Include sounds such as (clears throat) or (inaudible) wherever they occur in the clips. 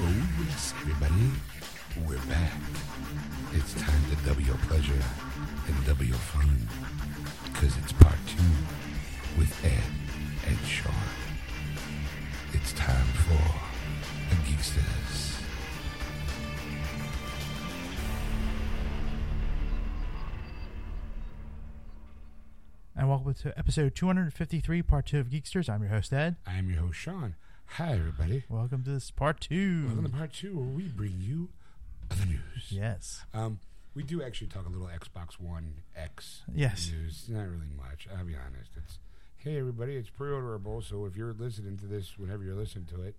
Oh, yes, everybody. We're back. It's time to double your pleasure and double your fun. Because it's part two with Ed and Sean. It's time for the Geeksters. And welcome to episode 253, part two of Geeksters. I'm your host, Ed. I am your host, Sean. Hi, everybody. Welcome to this part two. Welcome to part two where we bring you the news. Yes. Um, we do actually talk a little Xbox One X Yes. news. Not really much. I'll be honest. It's hey everybody, it's pre-orderable. So if you're listening to this, whenever you're listening to it,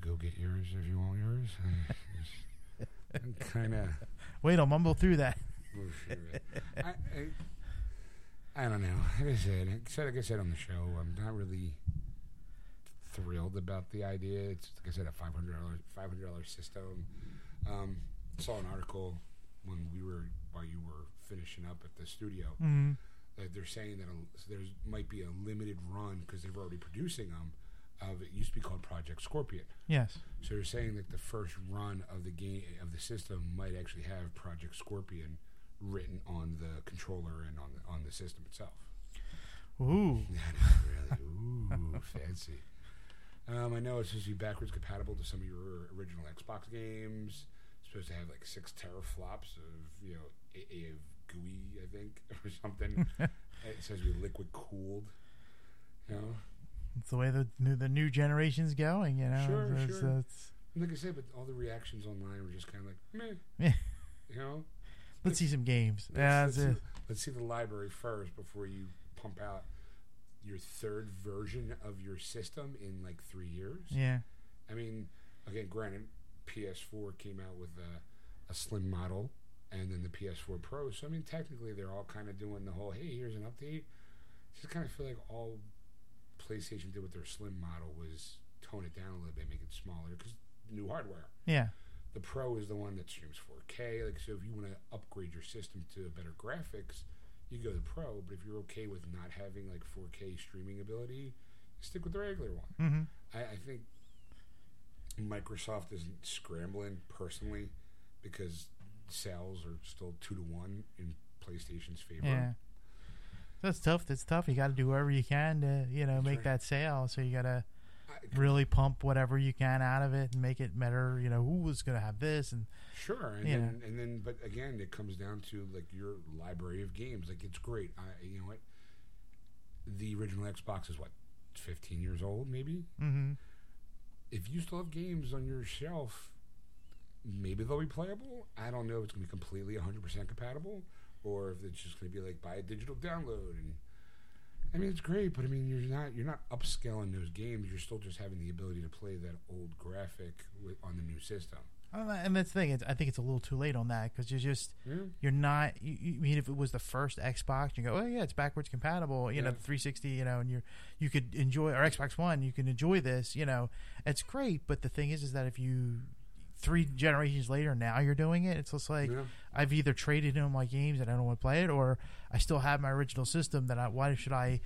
go get yours if you want yours. (laughs) I'm kind of. Wait, I'll mumble through that. (laughs) I, I, (laughs) I don't know. Like I said, I said, like I said on the show, I'm not really thrilled about the idea. It's like I said, a five hundred dollar five hundred dollar system. Um, saw an article when we were while you were finishing up at the studio Mm. that they're saying that a, there's might be a limited run because they're already producing them. Of it used to be called Project Scorpion. Yes. So they're saying that the first run of the game of the system might actually have Project Scorpion written on the controller and on the, on the system itself. Ooh. (laughs) really, (laughs) ooh, fancy. Um, I know it's supposed to be backwards compatible to some of your original Xbox games. It's supposed to have like six teraflops of you know a- of GUI, I think, (laughs) or something. And it says you're liquid cooled. You know, It's the way the new, the new generation's going, you know? Sure, It's- sure. it's- And like I said, but all the reactions online were just kind of like meh. Meh. You know. let's see some games. Yeah, Let's, let's that's it. see, let's see the library first before you pump out your third version of your system in like three years. Yeah. I mean, again, granted, PS4 came out with a, a slim model and then the PS4 Pro. So, I mean, technically, they're all kind of doing the whole hey, here's an update. Just kind of feel like all PlayStation did with their slim model was tone it down a little bit, make it smaller because new hardware. Yeah. The Pro is the one that streams 4K. Like, so if you want to upgrade your system to better graphics, you go to the Pro. But if you're okay with not having like 4K streaming ability, stick with the regular one. Mm-hmm. I, I think Microsoft is scrambling personally because sales are still two to one in PlayStation's favor. Yeah. That's tough. That's tough. You got to do whatever you can to, you know, That's make right. that sale. So you got to I, really pump whatever you can out of it and make it better. You know, who was going to have this? And sure, and Yeah. then and then, but again, it comes down to like your library of games. Like it's great. I, you know what? The original Xbox is what fifteen years old, maybe. mm-hmm. if you still have games on your shelf, maybe they'll be playable. I don't know if it's going to be completely 100% compatible or if it's just going to be like buy a digital download and I mean it's great, but I mean you're not you're not upscaling those games. You're still just having the ability to play that old graphic with, on the new system. Uh, and that's the thing. It's, I think it's a little too late on that because you're just Yeah. you're not. You, you I mean if it was the first Xbox, you go, oh yeah, it's backwards compatible. You know, Yeah. the 360. You know, and you are you could enjoy or Xbox One. You can enjoy this. You know, it's great. But the thing is, is that if you three generations later now you're doing it, it's just like Yeah. I've either traded in my games and I don't want to play it, or I still have my original system. That I why should I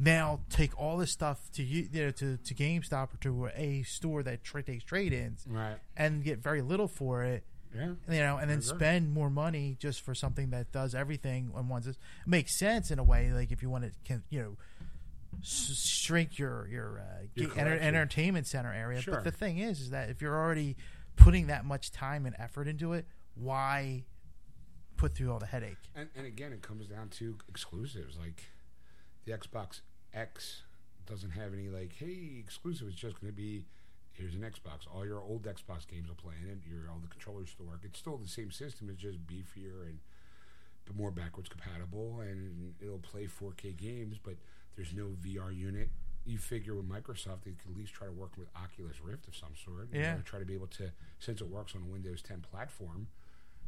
now take all this stuff to you, you know, to to GameStop or to a store that tra- takes trade ins Right. and get very little for it, Yeah. you know, and then Sure. spend more money just for something that does everything on one. It makes sense in a way, like if you want to, can, you know, s- shrink your your, uh, Your ge- enter- collection. entertainment center area. Sure. But the thing is, is that if you're already putting that much time and effort into it, why put through all the headache? And and again it comes down to exclusives like the Xbox X doesn't have any like hey exclusive it's just going to be here's an Xbox all your old Xbox games will play in it your all the controllers still work it's still the same system it's just beefier and but more backwards compatible and it'll play 4K games but there's no VR unit you figure with Microsoft they could at least try to work with Oculus Rift of some sort you Yeah. know, try to be able to since it works on a Windows 10 platform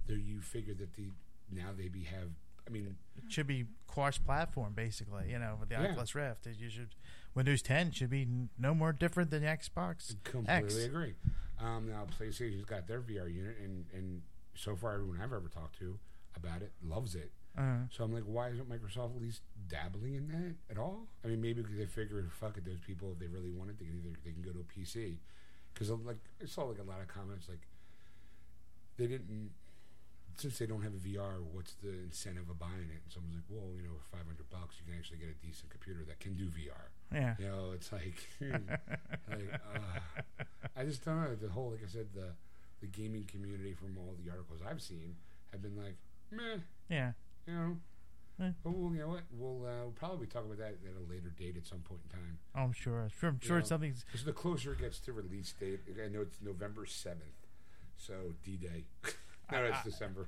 there you figure that the now they be have I mean It should be cross-platform, basically. You know, with the Yeah. Oculus Rift, you should Windows 10 should be n- no more different than the Xbox X. Completely agree. Um, now PlayStation's got their VR unit, and and so far everyone I've ever talked to about it loves it. Uh, So I'm like, why isn't Microsoft at least dabbling in that at all? I mean, maybe because they figure, fuck it, those people if they really wanted, they can either they can go to a PC, because uh, like I saw like a lot of comments like they didn't since they don't have a VR, what's the incentive of buying it? And someone's like, well, you know, for five hundred bucks, you can actually get a decent computer that can do VR. Yeah. You know, it's like, (laughs) like uh, I just don't know. The whole, like I said, the the gaming community from all the articles I've seen have been like, meh, Yeah. you know. Eh. But we'll, you know what? We'll, uh, we'll probably talk about that at a later date at some point in time. Oh, I'm sure. I'm sure, I'm sure Yeah. something's. (laughs) Because the closer it gets to release date, I know it's November 7th, so D Day. (laughs) no, it's December.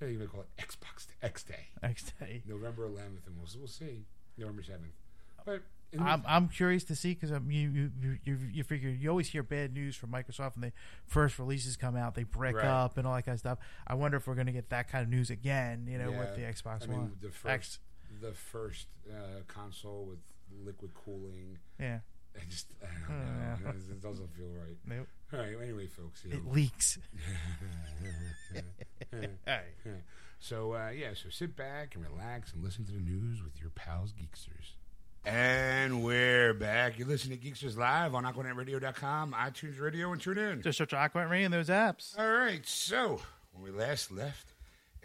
yeah, you may call it Xbox X Day. Next day. November 11th, and we'll, we'll see. November 7th. But in the I'm, I'm curious to see because you, you you you you figure you always hear bad news from Microsoft when they first releases come out they brick Right. up and all that kind of stuff. I wonder if we're going to get that kind of news again, you know, with the Yeah. Xbox I mean, One the first, X. the first uh, console with liquid cooling. (laughs) Yeah, I just, I don't Hmm, Yeah. know. It doesn't feel right. Nope. All right. well, Anyway, folks. You (laughs) it leaks. know. so, uh, yeah, so sit back and relax and listen to the news with your pals, Geeksters. And we're back. You're listening to Geeksters Live on AquanetRadio.com, iTunes Radio, and tune in. Just search Aqua Ray and those apps. All right. So, when we last left,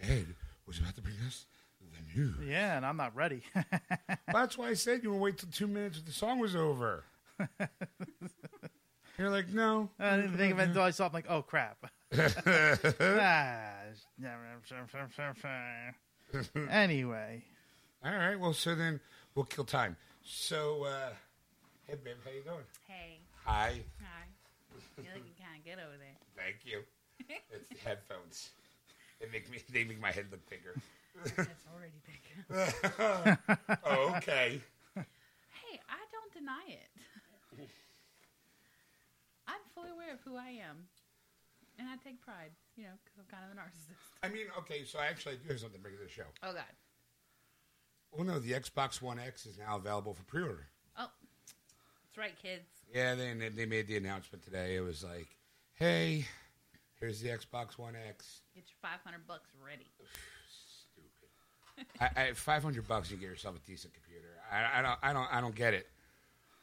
Ed was about to bring us the news. Yeah, and I'm not ready. (laughs) That's why I said you would wait till two minutes when the song was over. You're like, no. I didn't think of it until I saw. it. I'm like, oh (laughs) crap. (laughs) Ah, (laughs) anyway, All right. Well, so then we'll kill time. So, uh, hey, babe, how you doing? Hey, Hi. hi. You're looking (laughs) kind of good over there. Thank you. It's the headphones. They make me. They make my head look bigger. That's already big. Oh, okay. Hey, I don't deny (laughs) it. I'm fully aware of who I am, and I take pride, you know, because I'm kind of a narcissist. I mean, okay. So I actually do have something to bring to the show. Oh God. Well, no, the Xbox One X is now available for pre-order. Oh, that's right, kids. Yeah, they they made the announcement today. It was like, hey, here's the Xbox One X. Get your 500 bucks ready. Stupid. I, I, Five hundred bucks, you get yourself a decent computer. I, I don't. I don't. I don't get it.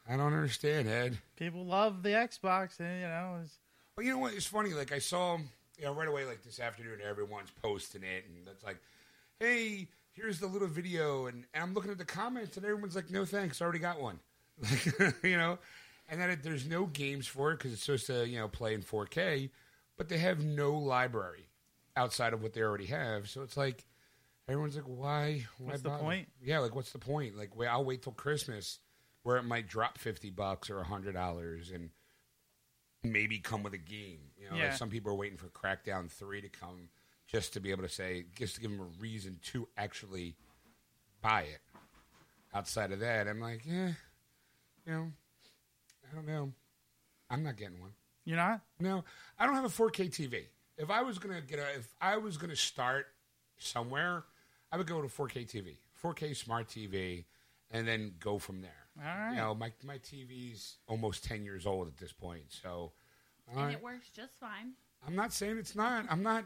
I don't understand, Ed. people love the Xbox, and you know, it's, Well, you know what? It's funny. Like I saw, you know, right away, like this afternoon, everyone's posting it, and it's like, hey, here's the little video, and, and I'm looking at the comments, and everyone's like, no thanks, I already got one. (laughs) Like, you know, and then it, there's no games for it because it's supposed to, you know, play in 4K, but they have no library outside of what they already have. So it's like, everyone's like, why? why What's the bother? point? Yeah, like what's the point? Like, wait, I'll wait till Christmas where it might drop fifty bucks or hundred dollars and maybe come with a game. You know, like Yeah. some people are waiting for Crackdown three to come just to be able to say, just to give them a reason to actually buy it. Outside of that, I'm like, yeah, you know, I don't know. I'm not getting one. you're not. No, I don't have a 4K TV. If I was gonna get a, if I was gonna start somewhere, I would go to 4K TV, 4K smart TV, and then go from there. All right. You know, my my TV's almost 10 years old at this point, so all And right. it works just fine. I'm not saying it's not. I'm not.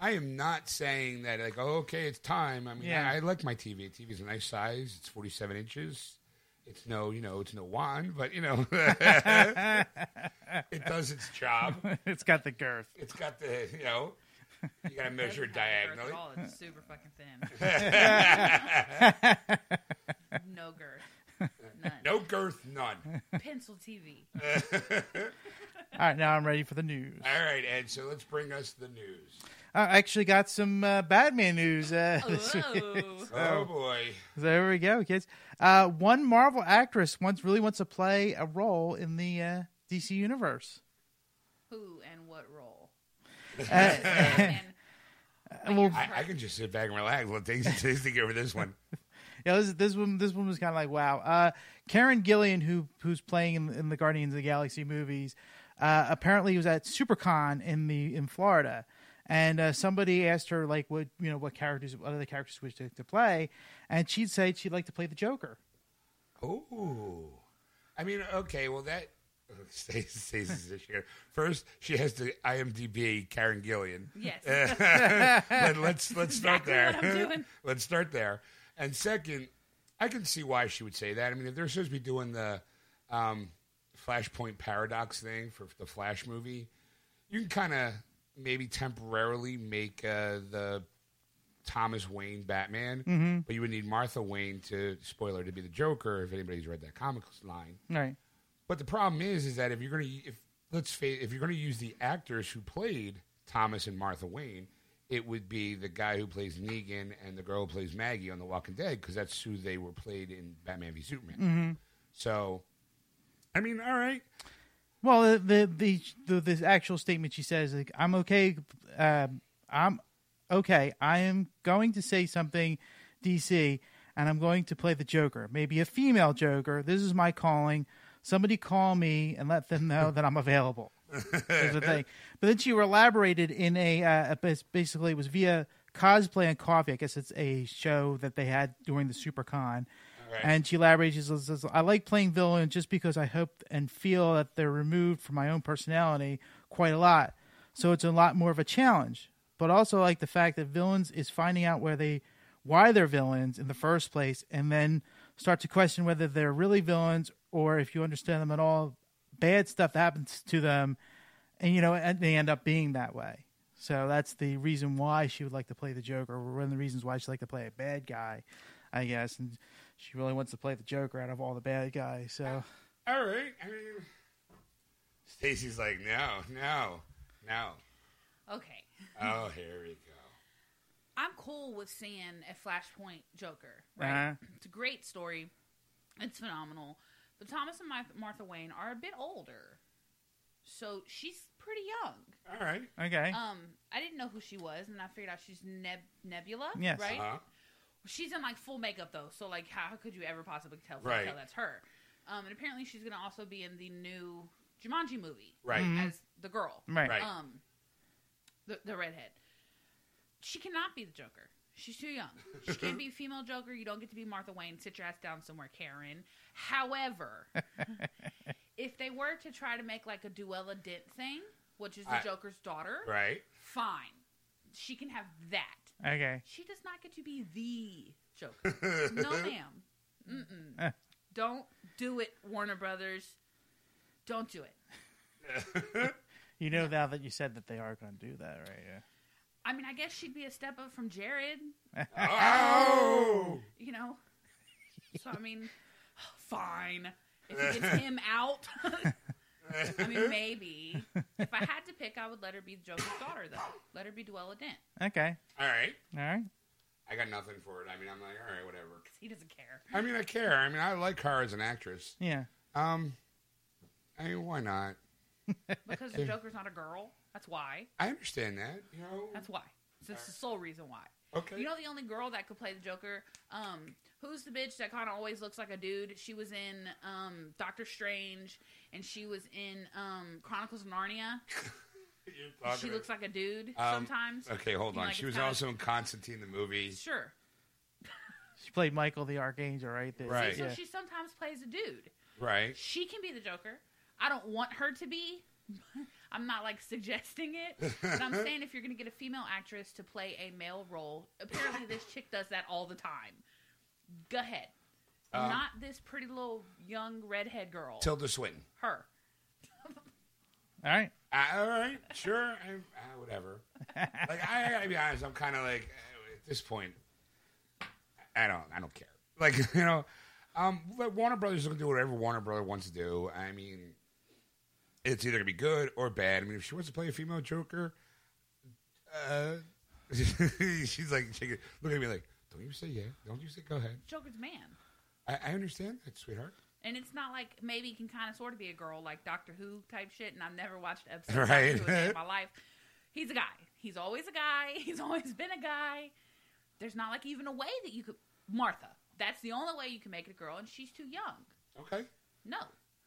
I am not saying that like oh, okay, it's time. I mean, Yeah. I, I like my TV. TV's a nice size. It's 47 inches. It's no, you know, it's no wand, but you know, (laughs) it does its job. (laughs) it's got the girth. It's got the you know you got to Doesn't measure have the girth diagonally. At all. It's super fucking thin. (laughs) no girth. None. No girth, none. Pencil (laughs) TV. All right, now I'm ready for the news. All right, Ed. So let's bring us the news. I actually got some uh, Batman news. Uh, (laughs) this week. Oh. Oh boy, So there we go, kids. Uh, one Marvel actress once really wants to play a role in the uh, DC universe. Who and what (laughs) role? Uh, And- well, I, I can just sit back and relax. Let things things think over this one. yeah, this this one this one was kind of like wow. Uh, Karen Gillian, who who's playing in, in the Guardians of the Galaxy movies, uh, apparently was at SuperCon in the in Florida, and uh, somebody asked her like what you know what characters what other characters would she like to play, and she'd said she'd like to play the Joker. Oh, I mean, okay. Well, that (laughs) stays stays this year. First, she has to IMDb Karen Gillian. (laughs) yes. Let, let's let's start Exactly what there. I'm doing. (laughs) let's start there. And second, I can see why she would say that. I mean, if they're supposed to be doing the um, Flashpoint paradox thing for the Flash movie, you can kind of maybe temporarily make uh, the Thomas Wayne Batman, Mm-hmm. but you would need Martha Wayne to spoiler to be the Joker if anybody's read that comic line. Right. But the problem is, is that if you're gonna if let's face if you're gonna use the actors who played Thomas and Martha Wayne, it would be the guy who plays Negan and the girl who plays Maggie on The Walking Dead because that's who they were played in Batman v Superman. So, I mean, all right, Well, the the the, the actual statement she says, like, "I'm okay. Um, I'm okay. I am going to say something, DC, and I'm going to play the Joker, maybe a female Joker. This is my calling. Somebody call me and let them know that I'm available." is the thing. But then she elaborated in a uh, bas- basically it was via cosplay and coffee. I guess it's a show that they had during the SuperCon. Alright. And she elaborates. She says, says, "I like playing villain just because I hope and feel that they're removed from my own personality quite a lot. So it's a lot more of a challenge. But also I like the fact that villains is finding out where they, why they're villains in the first place, and then start to question whether they're really villains or if you understand them at all. Bad stuff that happens to them and you know and they end up being that way so that's the reason why she would like to play the joker or one of the reasons why she'd like to play a bad guy i guess and she really wants to play the joker out of all the bad guys so all right. I mean, Stacy's like, no, no, no. Okay. Oh, here we go. I'm cool with seeing a Flashpoint Joker. Right? Uh-huh. It's a great story. It's phenomenal. But Thomas and Martha- Martha Wayne are a bit older, so she's pretty young. All right. okay Um, I didn't know who she was, and I figured out she's Neb- Nebula. Yes. Right. Uh-huh. She's in like full makeup though, so like how could you ever possibly tell, Right. tell that's her? Um, and apparently she's gonna also be in the new Jumanji movie Right. Mm-hmm. as the girl, right, right. um, the the redhead. She cannot be the Joker. She's too young. She can't be a female Joker. You don't get to be Martha Wayne. Sit your ass down somewhere, Karen. (laughs) However, if they were to try to make like a Duella Dent thing, which is the I- Joker's daughter, Right. (laughs) fine. She can have that. okay She does not get to be the Joker. (laughs) no, ma'am. Eh. Mm-mm. Don't do it, Warner Brothers. Don't do it. you know now that you said that they are going to do that right yeah I mean, I guess she'd be a step up from Jared, Oh. you know? So, I mean, fine. If he gets him out, (laughs) I mean, maybe. If I had to pick, I would let her be the Joker's daughter, though. Let her be Duella Dent. okay (laughs) All right. all right I got nothing for it. I mean, I'm like, all right, whatever. 'Cause He doesn't care. I mean, I care. I mean, I like her as an actress. yeah Um, I mean, why not? Because the Joker's not a girl. That's why. I understand that. You know, That's why. That's the sole reason why. okay. You know the only girl that could play the Joker? Um, who's the bitch that kind of always looks like a dude? She was in um, Doctor Strange, and she was in um, Chronicles of Narnia. You're and talking She looks like a dude Um, sometimes. about- okay, hold you on. like she it's was kinda- also in Constantine the movie. Sure. she played michael the archangel right there Right. So yeah. she sometimes plays a dude. Right. She can be the Joker. I don't want her to be. (laughs) I'm not like suggesting it, (laughs) but I'm saying if you're going to get a female actress to play a male role, apparently (laughs) this chick does that all the time. Go ahead. Um, not this pretty little young redhead girl. Tilda Swinton. her. all right Uh, all right, sure, I, uh, whatever. like I, I gotta be honest, I'm kind of like uh, at this point, I don't, I don't care. Like (laughs) you know, um, let Warner Brothers is gonna do whatever Warner Brother wants to do. I mean, it's either gonna be good or bad. I mean, if she wants to play a female Joker, uh, (laughs) she's like shaking, looking at me like, "Don't you say yeah? Don't you say go ahead? Joker's a man. I, I understand that, sweetheart." And it's not like maybe he can kind of sort of be a girl, like Doctor Who type shit. And I've never watched an episode Right. of Doctor Who a day in my life. He's a guy. He's always a guy. (laughs) He's always been a guy. There's not like even a way that you could Martha. That's the only way you can make it a girl, and she's too young. Okay. No,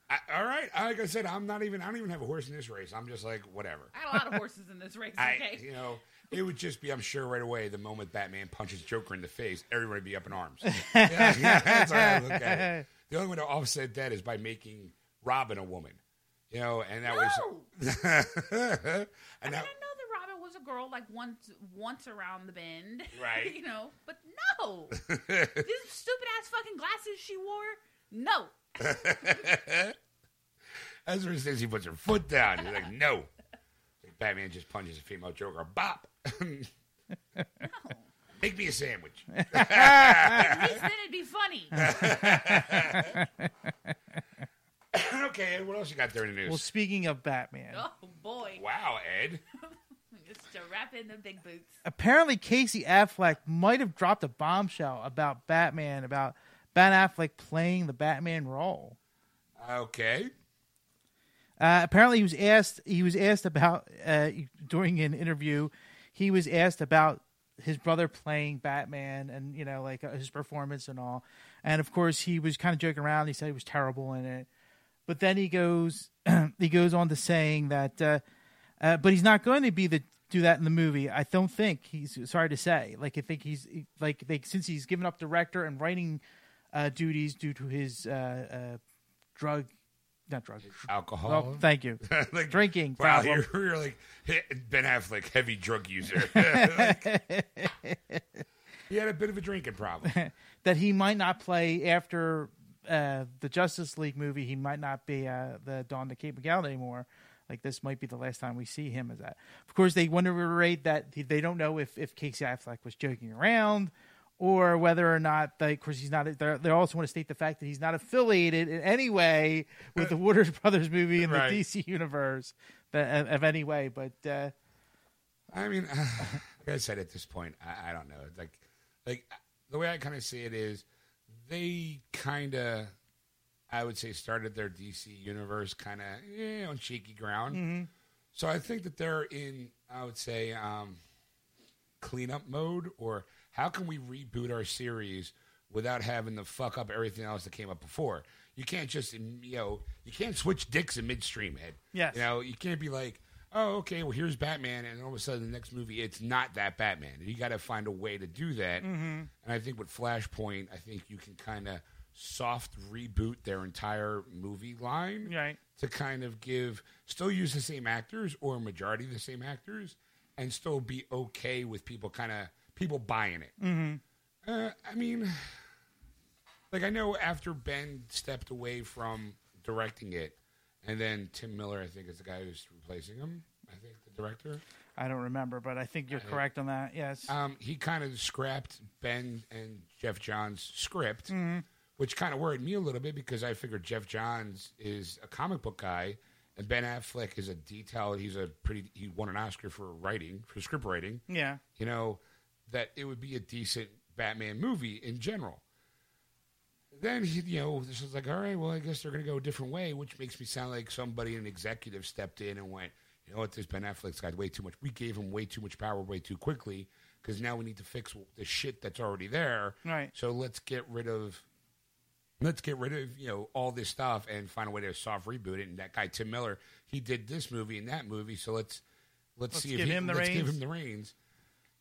I, all right. Like I said, I'm not even. I don't even have a horse in this race. I'm just like whatever. I had a lot of horses in this race. (laughs) I, Okay, you know, it would just be, I'm sure, right away, the moment Batman punches Joker in the face, everybody would be up in (laughs) arms. yeah, yeah, (laughs) that's how I look at it. The only way to offset that is by making Robin a woman. You know, and that No. was. I (laughs) and mean, I that, know that Robin was a girl like once once around the bend, (laughs) Right. you know, but (laughs) no, these stupid ass fucking glasses she wore. No, Ezra says he puts her foot down. He's like, no. Batman just punches a female Joker. Bop. (laughs) Make me a sandwich. (laughs) At least then it'd be funny. okay, Ed, what else you got there in the Well, news? speaking of Batman, (laughs) oh boy, wow, Ed. just to wrap in the big boots. apparently Casey Affleck might have dropped a bombshell about Batman, about Ben Affleck playing the Batman role. Okay. Uh, apparently, he was asked. He was asked about uh, during an interview. He was asked about his brother playing Batman and you know like uh, his performance and all. And of course, he was kind of joking around. He said he was terrible in it, but then he goes (clears throat) he goes on to saying that. Uh, uh, but he's not going to be the do that in the movie. I don't think he's sorry to say. Like I think he's like they since he's given up director and writing uh, duties due to his uh, uh, drug, not drug, Alcohol. well, thank you. (laughs) like Drinking Wow, problem. you're, (laughs) you're like hey, Ben Affleck, heavy drug (laughs) user. (laughs) Like, he had a bit of a drinking problem. that he might not play after uh, the Justice League movie. He might not be uh, the Dawn to Cape Miguel anymore. Like this might be the last time we see him as that. Of course, they want to reiterate that he- they don't know if if Casey Affleck was joking around or whether or not. Like, of course, he's not. they're- They also want to state the fact that he's not affiliated in any way (laughs) with the Waters Brothers movie in Right. the DC universe that, of any way. But uh, I mean, (laughs) like I said at this point, I, I don't know. It's Like, like the way I kind of see it is, they kind of, I would say, started their DC universe kind of eh, on shaky ground. So I think that they're in, I would say, um, cleanup mode, or how can we reboot our series without having to fuck up everything else that came up before? You can't just, you know, you can't switch dicks in midstream, head. Yes. You know, you can't be like, oh, okay, well, here's Batman, and all of a sudden, the next movie, it's not that Batman. You got to find a way to do that. And I think with Flashpoint, I think you can kind of soft reboot their entire movie line Right. to kind of give still use the same actors or majority of the same actors and still be okay with people kind of people buying it uh, i mean like i know after ben stepped away from directing it and then tim miller i think is the guy who's replacing him i think the director I don't remember. But I think you're correct on that. Yes. um, he kind of scrapped Ben and Jeff Johns' script, which kind of worried me a little bit because I figured Jeff Johns is a comic book guy, and Ben Affleck is a detailed. He's a pretty. He won an Oscar for writing for script writing. yeah. You know that it would be a decent Batman movie in general. Then he, you know, this was like, all right, well, I guess they're going to go a different way, which makes me sound like somebody, an executive, stepped in and went, you know what, this Ben Affleck's got way too much. We gave him way too much power way too quickly because now we need to fix the shit that's already there. Right. So let's get rid of, let's get rid of, you know, all this stuff and find a way to soft reboot it. And that guy Tim Miller, he did this movie and that movie, so let's let's, Let's see if give he, him the let's give reins. him the reins.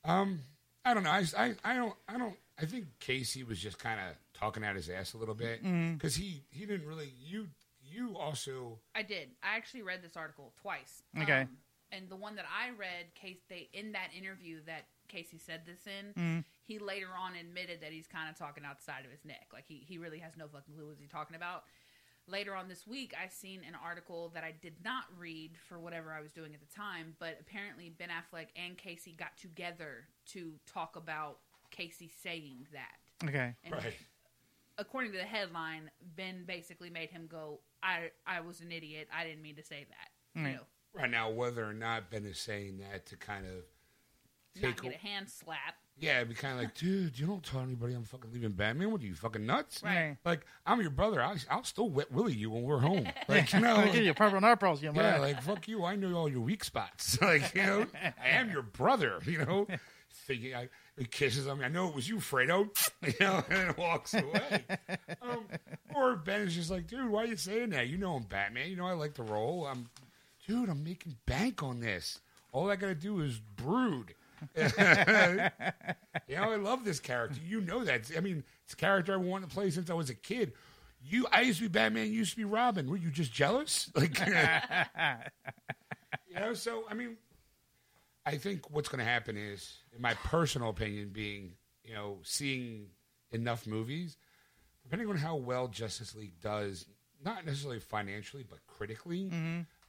Um, I don't know. I, I, I don't I don't I think Casey was just kind of talking out his ass a little bit Mm-hmm. because he he didn't really you you also I did. I actually read this article twice. Okay. Um, and the one that I read, Case they in that interview that Casey said this in, Mm. he later on admitted that he's kind of talking outside of his neck. Like he, he really has no fucking clue what he's talking about. Later on this week, I seen an article that I did not read for whatever I was doing at the time, but apparently Ben Affleck and Casey got together to talk about Casey saying that. Okay. And according to the headline, Ben basically made him go, "I I was an idiot. I didn't mean to say that." Right. You know, right now whether or not Ben is saying that to kind of not Take get a- a hand slap. yeah it'd be kind of like dude you don't tell anybody I'm fucking leaving Batman what are you fucking nuts Right. like I'm your brother I'll, I'll still wet willy you when we're home like you know I'm gonna give you a purple nut pearls, young Oh, Yeah, man. like fuck you. I know all your weak spots. (laughs) Like you know, I am your brother. You know, thinking I he kisses him. I know it was you, Fredo. (laughs) You know, and then walks away. Um, or Ben is just like, dude, why are you saying that? You know, I'm Batman. You know, I like the role. I'm, dude, I'm making bank on this. All I gotta do is brood. (laughs) You know, I love this character. You know that. I mean, it's a character I wanted to play since I was a kid. You, I used to be Batman. You used to be Robin. Were you just jealous? Like, you know. So, I mean, I think what's going to happen is, in my personal opinion, being you know, seeing enough movies, depending on how well Justice League does not necessarily financially, but critically,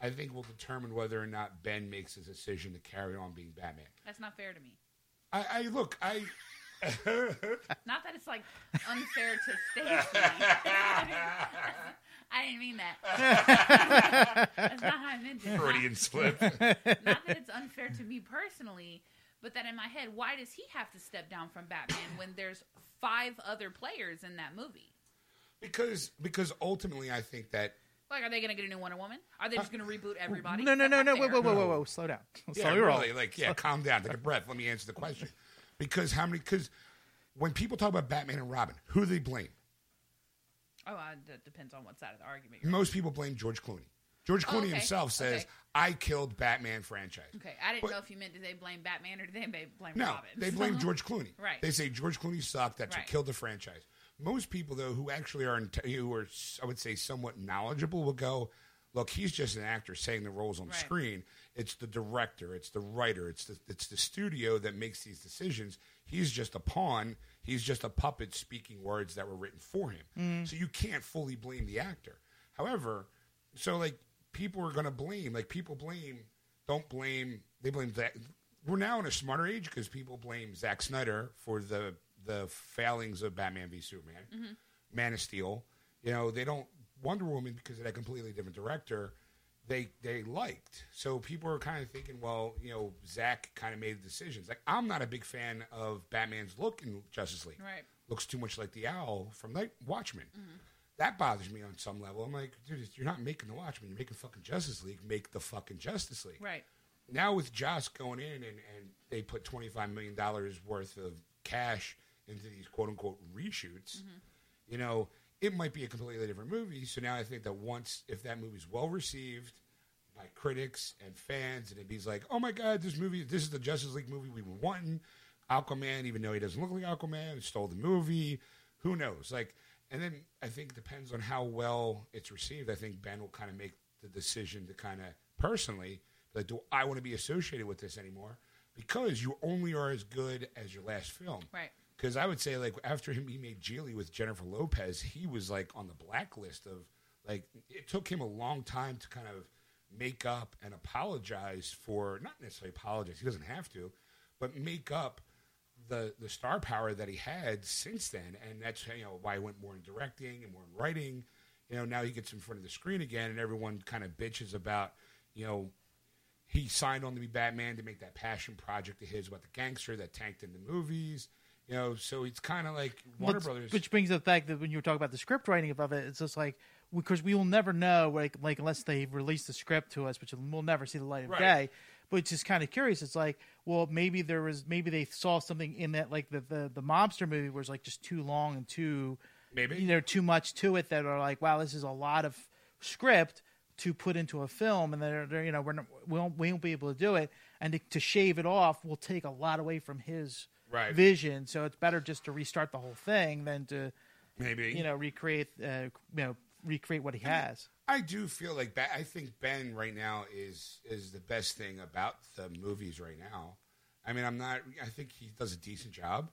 I think will determine whether or not Ben makes his decision to carry on being Batman. That's not fair to (laughs) me. I, I look, I Not that it's like unfair to Stacy. (laughs) I didn't mean that. (laughs) That's not how I meant it. Not, (laughs) Freudian slip. not that it's unfair to me personally, but that in my head, why does he have to step down from Batman when there's five other players in that movie? (laughs) because because ultimately I think that Like, are they going to get a new Wonder Woman? Are they just going to reboot everybody? No, no, no, That's not no. Whoa, fair. whoa, whoa, whoa, whoa. Slow down. (laughs) yeah, Slow your roll. really, like yeah, calm down, take a breath, let me answer the (laughs) question. Because how many because when people talk about Batman and Robin, who do they blame? Oh, uh, that depends on what side of the argument you're on. Most people blame George Clooney. George Oh, Clooney okay. himself says, Okay. "I killed Batman franchise." Okay, I didn't Mm-hmm. But- know if you meant did they blame Batman or did they ba- blame No, Robin? Uh-huh. they blame George Clooney. Right. They say George Clooney sucked. That's Right. what killed the franchise. Most people, though, who actually are inte- who are I would say somewhat knowledgeable, will go, "Look, he's just an actor saying the roles on Right. screen. It's the director, it's the writer, it's the it's the studio that makes these decisions. He's just a pawn. He's just a puppet speaking words that were written for him. So you can't fully blame the actor. However, so like people are going to blame, like people blame, don't blame. They blame that. We're now in a smarter age because people blame Zack Snyder for the the failings of Batman v Superman, Man of Steel. You know, they don't Wonder Woman because of that completely different director. They they liked. So people are kind of thinking, well, you know, Zack kind of made the decisions. Like I'm not a big fan of Batman's look in Justice League Right. Mm-hmm. looks too much like the owl from Night Watchmen. That bothers me on some level. I'm like, dude, you're not making the Watchmen. You're making fucking Justice League. Make the fucking Justice League. (laughs) Right. Now with Joss going in and, and they put twenty five million dollars worth of cash into these quote unquote reshoots, you know, it might be a completely different movie. So now I think that once if that movie's well received by critics and fans, and it be like, oh my god, this movie, this is the Justice League movie we were wanting. Aquaman, even though he doesn't look like Aquaman, stole the movie. Who knows? Like, and then I think it depends on how well it's received. I think Ben will kind of make the decision to kind of personally, like, do I want to be associated with this anymore? Because you only are as good as your last film. Right. Because I would say, like, after him, he made Geely with Jennifer Lopez, he was like on the blacklist of, like, it took him a long time to kind of make up and apologize for, not necessarily apologize, he doesn't have to, but make up the the star power that he had since then. And that's, you know, why he went more in directing and more in writing. You know, now he gets in front of the screen again, and everyone kind of bitches about, you know, he signed on to be Batman to make that passion project of his about the gangster that tanked in the movies. You know, so it's kind of like Warner But- Brothers. Which brings up the fact that when you were talking about the script writing of it, it's just like because we will never know, like, like unless they release the script to us, which we'll never see the light of Right. day. But it's just kind of curious. It's like, well, maybe there was, maybe they saw something in that, like the the, the mobster movie, was like just too long and too, Maybe. you know, too much to it. That are like, wow, this is a lot of script to put into a film, and they're, they're you know, we're not, we won't we won't be able to do it, and to, to shave it off will take a lot away from his Right. vision. So it's better just to restart the whole thing than to, maybe you know, recreate, uh, you know, recreate what he has. I do feel like ba- I think Ben right now is is the best thing about the movies right now. I mean, I'm not. I think he does a decent job.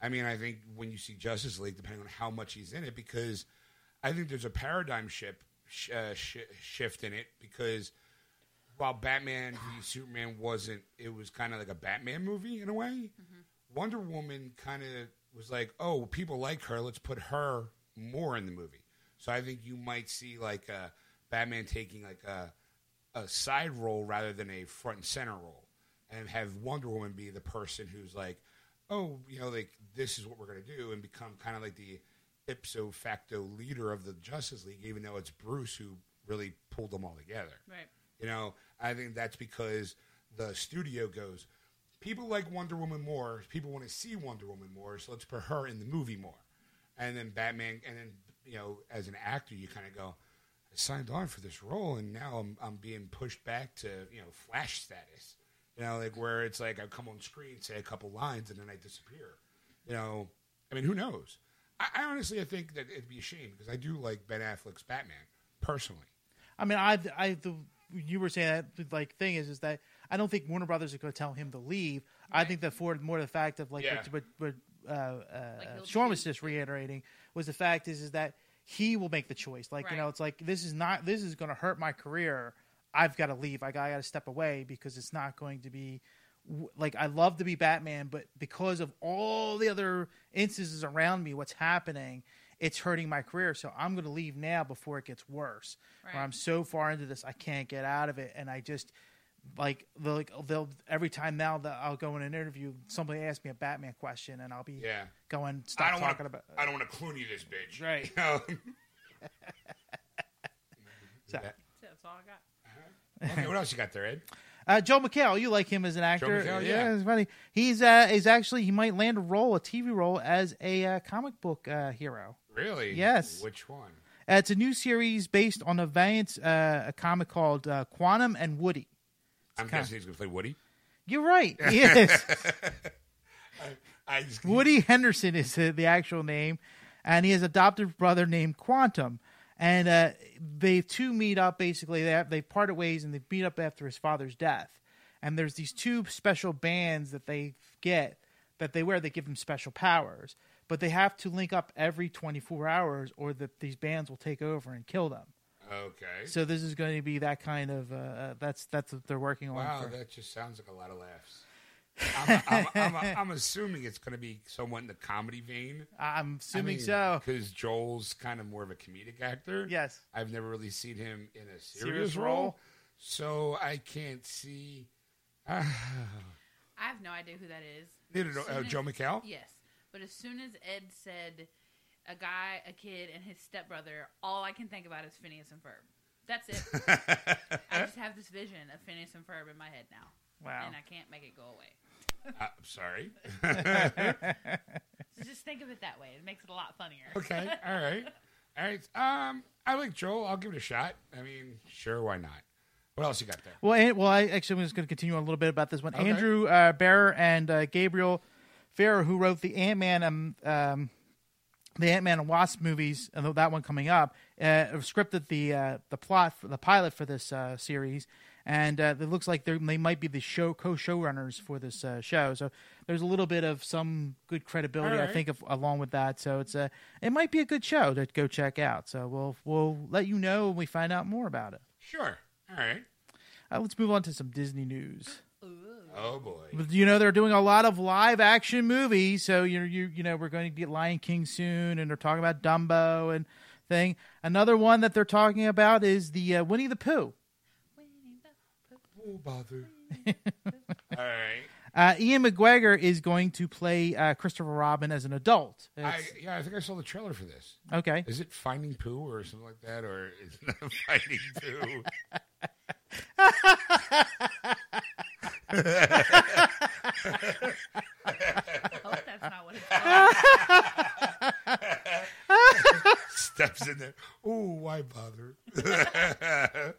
I mean, I think when you see Justice League, depending on how much he's in it, because I think there's a paradigm shift sh- uh, sh- shift in it because while Batman v Superman wasn't, it was kind of like a Batman movie in a way. Wonder Woman kind of was like, oh, people like her. Let's put her more in the movie. So I think you might see like uh, Batman taking like a a side role rather than a front and center role, and have Wonder Woman be the person who's like, oh, you know, like this is what we're gonna do, and become kind of like the ipso facto leader of the Justice League, even though it's Bruce who really pulled them all together. Right. You know, I think that's because the studio goes, people like Wonder Woman more. People want to see Wonder Woman more, so let's put her in the movie more. And then Batman, and then you know, as an actor, you kind of go, I signed on for this role, and now I'm I'm being pushed back to you know Flash status. You know, like where it's like I come on screen, say a couple lines, and then I disappear. You know, I mean, who knows? I, I honestly, I think that it'd be a shame because I do like Ben Affleck's Batman personally. I mean, I, I, the, you were saying that like thing is, is that I don't think Warner Brothers are going to tell him to leave. I think that for more the fact of like, Yeah. what, what, uh, uh, Like he'll Sean was choose. just reiterating was the fact is, is that he will make the choice. Like you know, Right. it's like this is not this is going to hurt my career. I've got to leave. Like I got to step away because it's not going to be w- like I love to be Batman, but because of all the other instances around me, what's happening, it's hurting my career. So I'm going to leave now before it gets worse. Where Right. I'm so far into this, I can't get out of it, and I just like they'll, like they'll every time now that I'll go in an interview, somebody asks me a Batman question, and I'll be Yeah. going I stop don't want to. talking about. I don't want to Clooney this bitch. (laughs) Right. (laughs) You know? So- That's all I got. okay, what else you got there, Ed? Uh, Joe McHale, you like him as an actor? McHale, yeah. it's funny. He's uh, is actually he might land a role, a TV role as a uh, comic book uh, hero. Really? Yes. Which one? Uh, it's a new series based on a Valiant uh, a comic called uh, Quantum and Woody. I'm kinda- guessing he's gonna play Woody. You're right. (laughs) Yes, I just, Woody Henderson is uh, the actual name, and he has an adopted brother named Quantum. And uh, they two meet up basically. They have, they parted ways and they meet up after his father's death. And there's these two special bands that they get that they wear that give them special powers. But they have to link up every 24 hours, or the, these bands will take over and kill them. Okay. So this is going to be that kind of uh, uh, that's that's what they're working on. Wow, for- that just sounds like a lot of (laughs) laughs. I'm, I'm, I'm, I'm, assuming it's going to be somewhat in the comedy vein. I'm assuming so. Because Joel's kind of more of a comedic actor. Yes. I've never really seen him in a serious, Serious role, role. so I can't see. (sighs) I have no idea who that is. Neither do- As uh, soon as- Joe McHale? Yes, but as soon as Ed said a guy, a kid, and his stepbrother, all I can think about is Phineas and Ferb. (laughs) That's it. I just have this vision of Phineas and Ferb in my head now, Wow. and I can't make it go away. Uh, I'm sorry. So just think of it that way. It makes it a lot funnier. Okay. All right. All right. Um, I like Joel. I'll give it a shot. I mean, sure, why not? What else you got there? Well, and, well, I actually was going to continue on a little bit about this one. Okay. Andrew uh, Barrer and uh, Gabriel Farrer, who wrote the Ant Man um, um, the Ant Man and Wasp movies, and that one coming up, uh, scripted the uh, the plot for the pilot for this uh, series, and uh, it looks like they're- they might be the show co showrunners for this uh, show. So there's a little bit of some good credibility, All I right. think, of, along with that. So it's a it might be a good show to go check out. So we'll we'll let you know when we find out more about it. Sure. All right. Uh, let's move on to some Disney news. Ooh. Oh boy. But, you know they're doing a lot of live action movies so you you you know we're going to get Lion King soon and they're talking about Dumbo and thing another one that they're talking about is the uh, Winnie the Pooh Winnie the Oh Pooh. bother. (laughs) All right. uh, Ian McGregor is going to play uh, Christopher Robin as an adult I, It's- yeah, I think I saw the trailer for this. okay Is it Finding Pooh or something like that, or is it not (laughs) Finding Pooh? I hope that's not what it's called. Steps in there. Oh, why bother? (laughs)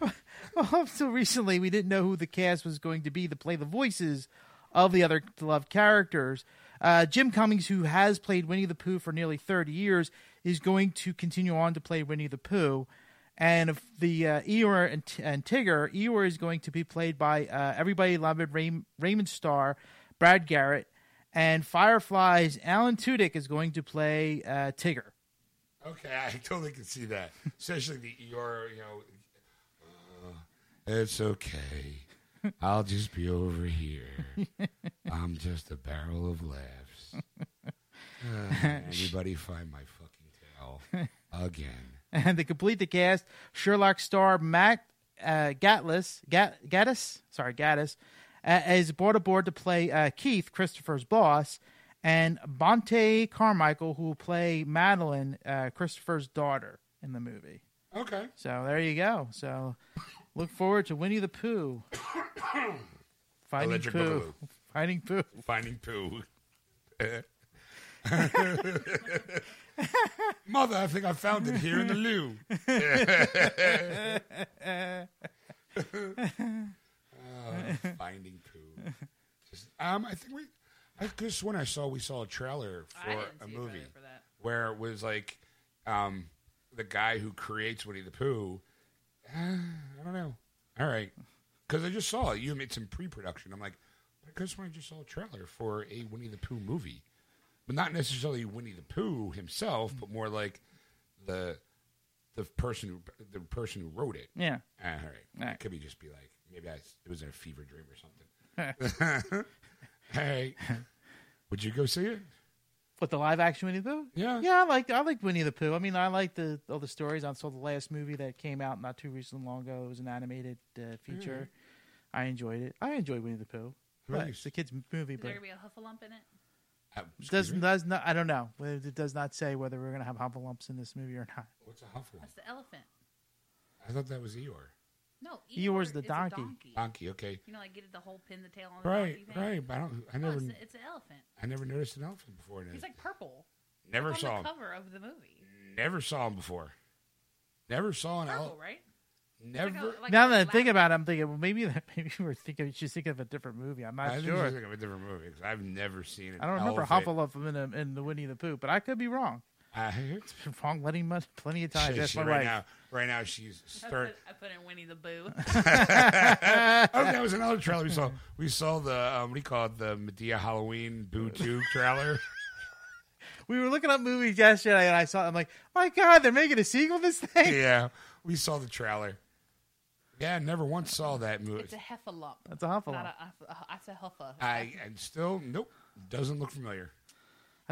well, until recently we didn't know who the cast was going to be to play the voices of the other beloved characters. Uh, Jim Cummings, who has played Winnie the Pooh for nearly 30 years, is going to continue on to play Winnie the Pooh. And if the uh, Eeyore and, and Tigger, Eeyore is going to be played by uh, everybody loved Raym- Raymond Starr, Brad Garrett, and Firefly's Alan Tudyk is going to play uh, Tigger. Okay, I totally can see that. Especially the Eeyore, you know. Uh, it's okay. I'll just be over here. I'm just a barrel of laughs. Uh, anybody find my fucking tail again? (laughs) And to complete the cast, Sherlock star Matt uh, Gatlis, Gat, Gaddis, sorry, Gaddis, uh, is brought aboard to play uh, Keith, Christopher's boss, and Bonte Carmichael, who will play Madeline, uh, Christopher's daughter, in the movie. Okay. So there you go. So look forward to Winnie (coughs) the Pooh. Finding Electric Pooh. Boogaloo. Finding Pooh. Finding Pooh. (laughs) Mother, I think I found it here in the (laughs) loo. Uh, finding Pooh. Just- um, I think we. I just when I saw we saw a trailer for I didn't a see movie movie. for that. where it was like, um, the guy who creates Winnie the Pooh. Uh, I don't know. All right, because I just saw it. You made some pre-production. I'm like, because when I just saw a trailer for a Winnie the Pooh movie, but not necessarily Winnie the Pooh himself, but more like the the person who the person who wrote it. Yeah. Uh, all right, All right. it could be just be like maybe I it was in a fever dream or (laughs) something. (laughs) hey, would you go see it? With the live action Winnie the Pooh? Yeah. Yeah, I like I like Winnie the Pooh. I mean, I like the all the stories. I saw the last movie that came out not too recently long ago. It was an animated uh, feature. I enjoyed it. I enjoy Winnie the Pooh. But Nice. It's a kids' movie, Is but there gonna be a Huffalump in it? Uh, it excuse does me? does not. I don't know. It does not say whether we're gonna have Huffalumps in this movie or not. What's a Hufflepuff? That's the elephant. I thought that was Eeyore. No, Eeyore's the is a donkey. Donkey. Okay. You know, like get it the whole pin the tail on the Right. donkey thing. Right. But I don't. I No, never. it's, a- it's an elephant. I never noticed an elephant before. He's like purple. never Like, saw on him. the cover of the movie. Never saw him before. Never saw an Purple, elephant. right? Never. Like Oh, a- like now a that I think black- about it, I'm thinking, well, maybe that (laughs) maybe we're thinking we should think of a different movie. I'm I not think sure. it's like a different movie 'cause I've never seen it. I don't remember Hufflepuff in, the in the Winnie the Pooh, but I could be wrong. (laughs) (laughs) Been wrong plenty much, plenty of times. That's my right wife. now, right now she's I stirred. put, I put in Winnie the Boo. Oh, that was another trailer we saw. We saw the um, what do you call it? The Medea Halloween Boo Tube (laughs) trailer. We were looking up movies yesterday, and I saw. I'm like, my God, they're making a sequel to (laughs) this thing. yeah, we saw the trailer. Yeah, I never once saw that movie. (laughs) it's a Heffalump. That's a Hufflepuff. Not I a, a- that's a Huffa. I and still nope doesn't look familiar.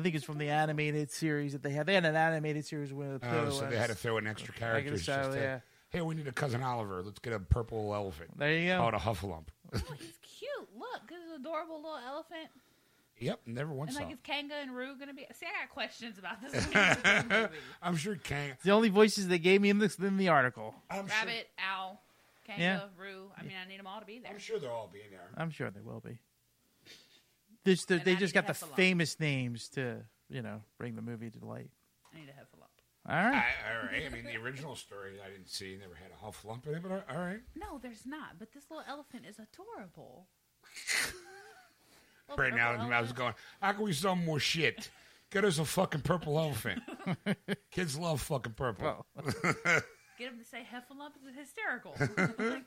think it's from the animated series that they had. They had an animated series with. Oh, so they had to throw in extra characters. so, just to- yeah. Hey, we need a cousin Oliver. Let's get a purple elephant. There you go. Call it a Huffalump. Oh, he's cute. Look, this is an adorable little elephant. yep, never once And saw. like, is Kanga and Roo gonna be? See, I got questions (laughs) about this movie. I'm sure Kang. It's the only voices they gave me in this in the article. I'm sure. Rabbit, Owl, Kanga, Yeah. Roo. I mean, I need them all to be there. I'm sure they'll all be in there. I'm sure they will be. This, the, And they I just got need the Heffalump. famous names to you know bring the movie to light. I need a Heffalump. All right. I, all right. I mean, the original story I didn't see never had a Huffalump in it, but all- all right. No, there's not. But this little elephant (laughs) is adorable. Little Right now, purple I was elephant. going, how can we sell more shit? Get us a fucking purple (laughs) elephant. Kids love fucking purple. Well, get him to say Heffalump is (laughs) hysterical. like,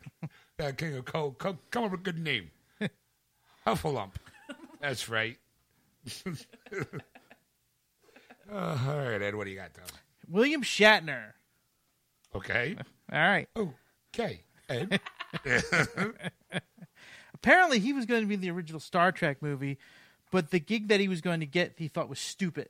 Yeah, King of Cold, come, come up with a good (laughs) name. Huffalump. That's right. (laughs) uh, all right, Ed, what do you got, though? William Shatner. (laughs) Okay. All right. Okay. (laughs) Ed. Apparently, he was going to be in the original Star Trek movie, but the gig that he was going to get, he thought was stupid.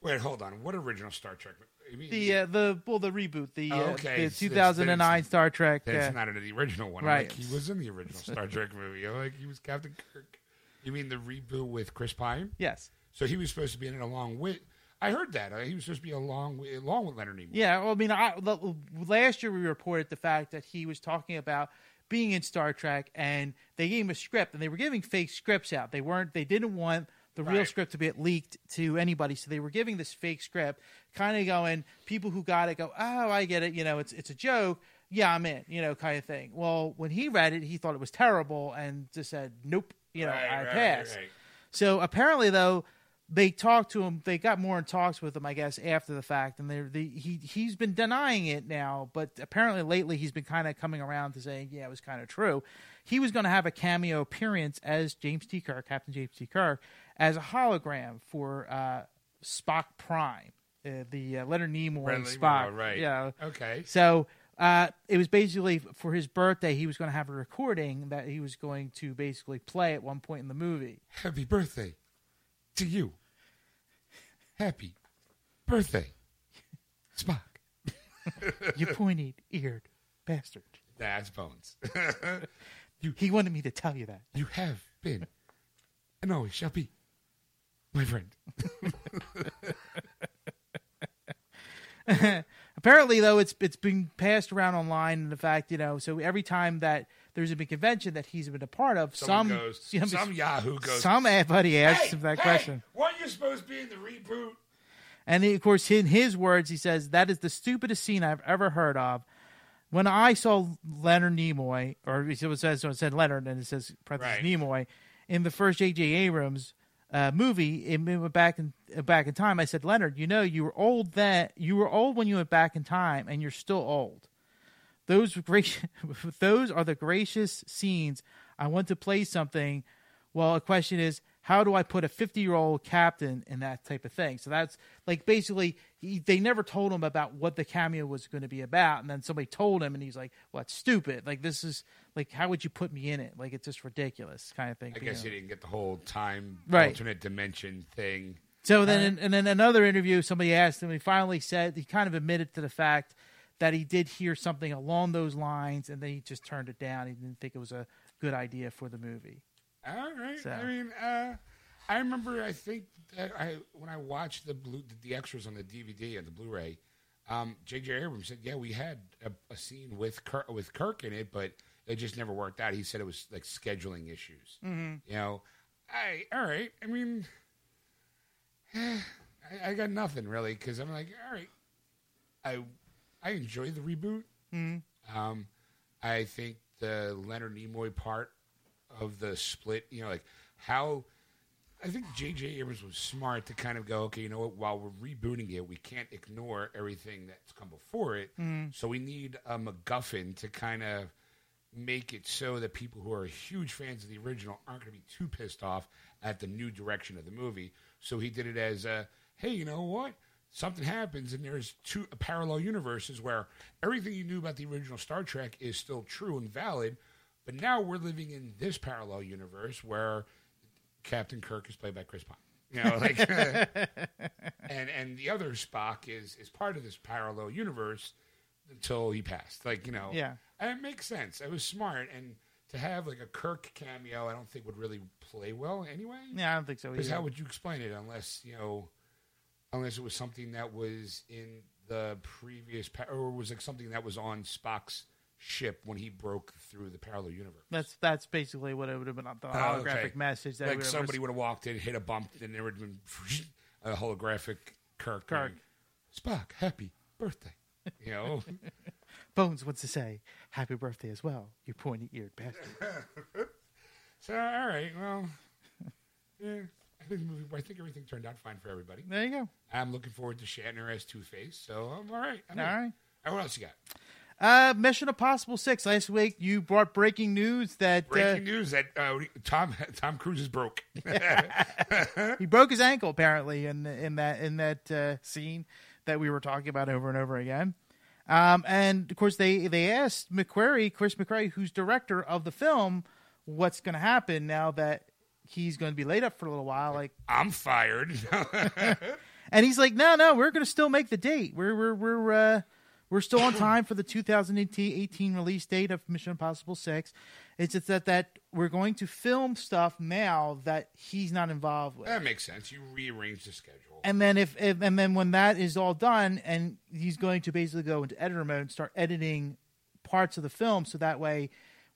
Wait, hold on. What original Star Trek? I mean, The uh, the well, the reboot, the, Oh, uh, okay. the It's- it's- 2009 it's- Star Trek. That's uh, not in the original one. I'm Right. Like he was in the (laughs) original Star Trek movie. I'm Like he was Captain Kirk. You mean the reboot with Chris Pine? yes. So he was supposed to be in it along with. I heard that Uh, he was supposed to be along with, along with Leonard Nimoy. Yeah. Well, I mean, I, l- last year we reported the fact that he was talking about being in Star Trek, and they gave him a script, and they were giving fake scripts out. They weren't. They didn't want the real Right. script to get leaked to anybody, so they were giving this fake script, kind of going. People who got it go, oh, I get it. You know, it's it's a joke. Yeah, I'm in. You know, kind of thing. Well, when he read it, he thought it was terrible, and just said, nope. You know, Right, I right, right, pass. right. So apparently, though, they talked to him. They got more in talks with him, I guess, after the fact. And they, they he he's been denying it now, but apparently lately he's been kind of coming around to saying, yeah, it was kind of true. He was going to have a cameo appearance as James T. Kirk, Captain James T. Kirk, as a hologram for uh, Spock Prime, uh, the uh, Leonard Nimoy Leonard Nimoy, Spock, right. You know, Okay. so uh, it was basically for his birthday. He was going to have a recording that he was going to basically play at one point in the movie. Happy birthday to you. Happy birthday, Spock. (laughs) you pointy eared bastard. That's Bones. (laughs) He wanted me to tell you that. you have been and always shall be my friend. Apparently, though, it's it's been passed around online. and The fact, you know, so every time that there's a big convention that he's been a part of, Someone some goes, (laughs) some, some Yahoo goes, somebody asks "Hey, him that hey, question, Weren't you supposed to be in the reboot? and he, of course, in his words, he says that is the stupidest scene I've ever heard of. When I saw Leonard Nimoy, or it was- it says so it said Leonard, and it says parentheses Right. Nimoy in the first J.J. Abrams uh, movie, it went back in uh, back in time. I said, Leonard, you know, you were old that you were old when you went back in time, and you're still old. Those (laughs) great, those are the gracious scenes. I want to play something. Well, a question is, how do I put a 50 year old captain in that type of thing? So that's like basically he, they never told him about what the cameo was going to be about, and then somebody told him, and he's like, "Well, it's stupid. Like this is like how would you put me in it? Like it's just ridiculous kind of thing." I you guess know? he didn't get the whole time Right. alternate dimension thing. So then, and then another interview, somebody asked him. He finally said he kind of admitted to the fact that he did hear something along those lines, and then he just turned it down. He didn't think it was a good idea for the movie. All right. So- I mean, uh, I remember. I think that I when I watched the blue the extras on the DVD and the Blu-ray, um, J.J. Abrams said, "Yeah, we had a, a scene with Kirk, with Kirk in it, but it just never worked out." He said it was like scheduling issues. You know, I all right. I mean, (sighs) I, I got nothing really because I'm like, all right, I I enjoy the reboot. Um, I think the Leonard Nimoy part of the split, you know, like how I think J.J. Abrams was smart to kind of go, okay, you know what? While we're rebooting it, we can't ignore everything that's come before it. So we need a MacGuffin to kind of make it so that people who are huge fans of the original aren't going to be too pissed off at the new direction of the movie. So he did it as a, hey, you know what? Something happens, and there's two parallel universes where everything you knew about the original Star Trek is still true and valid, but now we're living in this parallel universe where Captain Kirk is played by Chris Pine. You know, like, (laughs) and and the other Spock is is part of this parallel universe until he passed. Like, you know, Yeah. and it makes sense. It was smart, and to have like a Kirk cameo, I don't think would really play well anyway. Yeah, I don't think so. Because either. how would you explain it unless you know, unless it was something that was in the previous pa- or was like something that was on Spock's ship when he broke through the parallel universe. That's that's basically what it would have been. The Oh, holographic okay. message that like we somebody would have walked in, hit a bump, and there would have been (laughs) a holographic Kirk. Kirk. going, Spock, happy birthday. You (laughs) know, Bones wants to say happy birthday as well. You pointy eared bastard. (laughs) so all right, well, (laughs) yeah, I think the movie, I think everything turned out fine for everybody. there you go. I'm looking forward to Shatner as Two Face, so I'm all right. I'm All in. right. All right, What else you got? Uh, Mission Impossible Six. Last week you brought breaking news that Breaking news that uh, Tom (laughs) Tom Cruise is broke. (laughs) uh, he broke his ankle apparently in in that in that uh, scene that we were talking about over and over again. Um, and of course they they asked McQuarrie, Chris McQuarrie, who's director of the film, what's going to happen now that he's going to be laid up for a little while. Like I'm fired. (laughs) And he's like, no, no, we're going to still make the date. We're we're we're uh, we're still on time for the 2018 release date of Mission Impossible Six. It's just that that we're going to film stuff now that he's not involved with. that makes sense. You rearrange the schedule. And then if, if and then when that is all done, and he's going to basically go into editor mode and start editing parts of the film, so that way,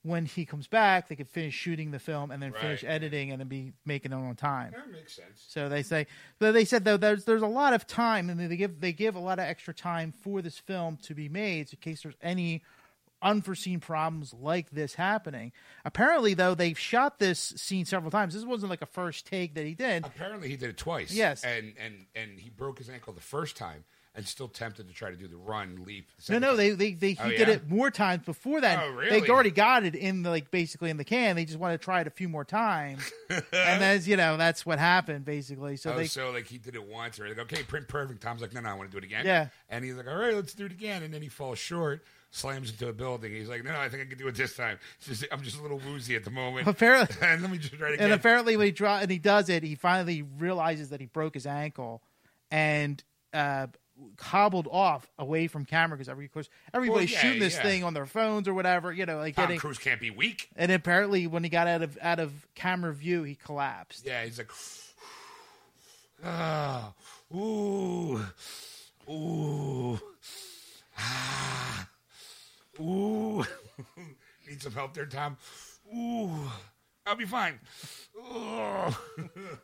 when he comes back, they can finish shooting the film and then finish Right. editing and then be making it on time. that makes sense. So they say, though they said though there's there's a lot of time, and they give they give a lot of extra time for this film to be made, so in case there's any unforeseen problems like this happening. Apparently, though they've shot this scene several times. This wasn't like a first take that he did. Apparently, he did it twice. Yes. and and and he broke his ankle the first time, and still tempted to try to do the run leap. the No, second no, time. they they, they he Oh, did yeah? it more times before that. Oh, really? They already got it in the, like basically in the can. They just want to try it a few (laughs) more times, and that's you know that's what happened basically. So Oh, they so like he did it once, or like okay, print perfect. Tom's like, no, no, I want to do it again. Yeah. and he's like, all right, let's do it again. And then he falls short, slams into a building. He's like, no, no, I think I can do it this time. It's just- I'm just a little woozy at the (laughs) moment. (laughs) apparently. and let me just try it again. And apparently, when he draw and he does it, he finally realizes that he broke his ankle and uh, hobbled off away from camera because every of course everybody's yeah, shooting this yeah. thing on their phones or whatever, you know, like Tom getting. Cruise can't be weak. And apparently, when he got out of out of camera view, he collapsed. Yeah, he's like, (sighs) ah, ooh, ooh, ah, ooh. (laughs) Need some help there, Tom. Ooh, I'll be fine. (laughs) Ooh.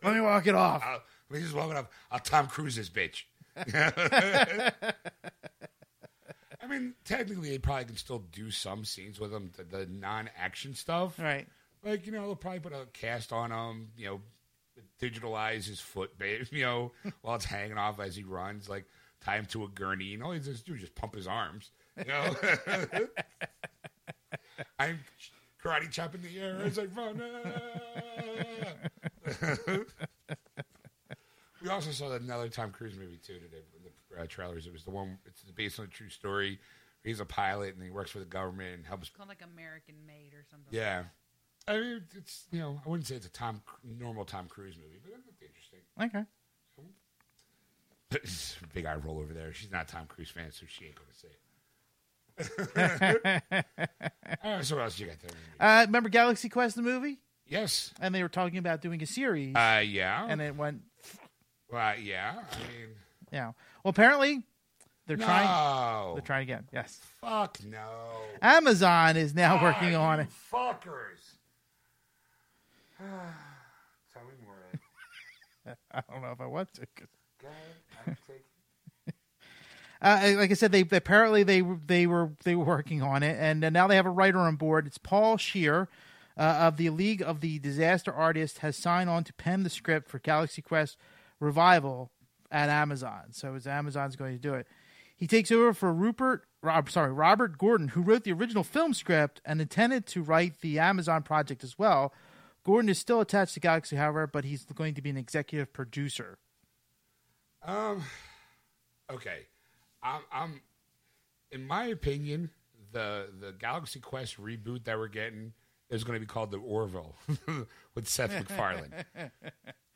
Let me walk it off. I'll, let me just walk it up. I'll uh, Tom Cruise this (laughs) bitch. I mean, technically, they probably can still do some scenes with him, the, the non-action stuff. Right. Like, you know, they'll probably put a cast on him, you know, digitalize his foot, ba- (laughs) you know, while it's hanging off as he runs, like tie him to a gurney. And all he does do is just pump his arms, you know. (laughs) I'm karate chopping the air as I run. ah. (laughs) We also saw that another Tom Cruise movie too today in the uh, trailers. It was the one. It's based on a true story. He's a pilot and he works for the government and helps. It's called like American Made or something. Yeah, I mean it's you know I wouldn't say it's a Tom normal Tom Cruise movie, but it looked interesting. Okay. (laughs) Big eye roll over there. She's not a Tom Cruise fan, so she ain't gonna say it. (laughs) All right, so what else you got there? Uh, remember Galaxy Quest, the movie? yes. And they were talking about doing a series, Uh, yeah. and it went, Well, yeah. I mean, yeah. Well, apparently, they're no. trying. They're trying again. Yes. Fuck (laughs) no. Amazon is now working Ah, on you it. Fuckers. (sighs) Tell me more. (laughs) Ed. I don't know if I want to. 'cause- Go ahead. I'll take- Uh, like I said, they apparently they they were they were working on it, and uh, now they have a writer on board. It's Paul Shear uh, of the League of the Disaster Artists has signed on to pen the script for Galaxy Quest Revival at Amazon. So it's Amazon's going to do it. He takes over for Rupert, Rob, sorry Robert Gordon, who wrote the original film script and intended to write the Amazon project as well. Gordon is still attached to Galaxy, however, but he's going to be an executive producer. Um. Okay. I'm. I'm. In my opinion, the the Galaxy Quest reboot that we're getting is going to be called the Orville (laughs) with Seth MacFarlane.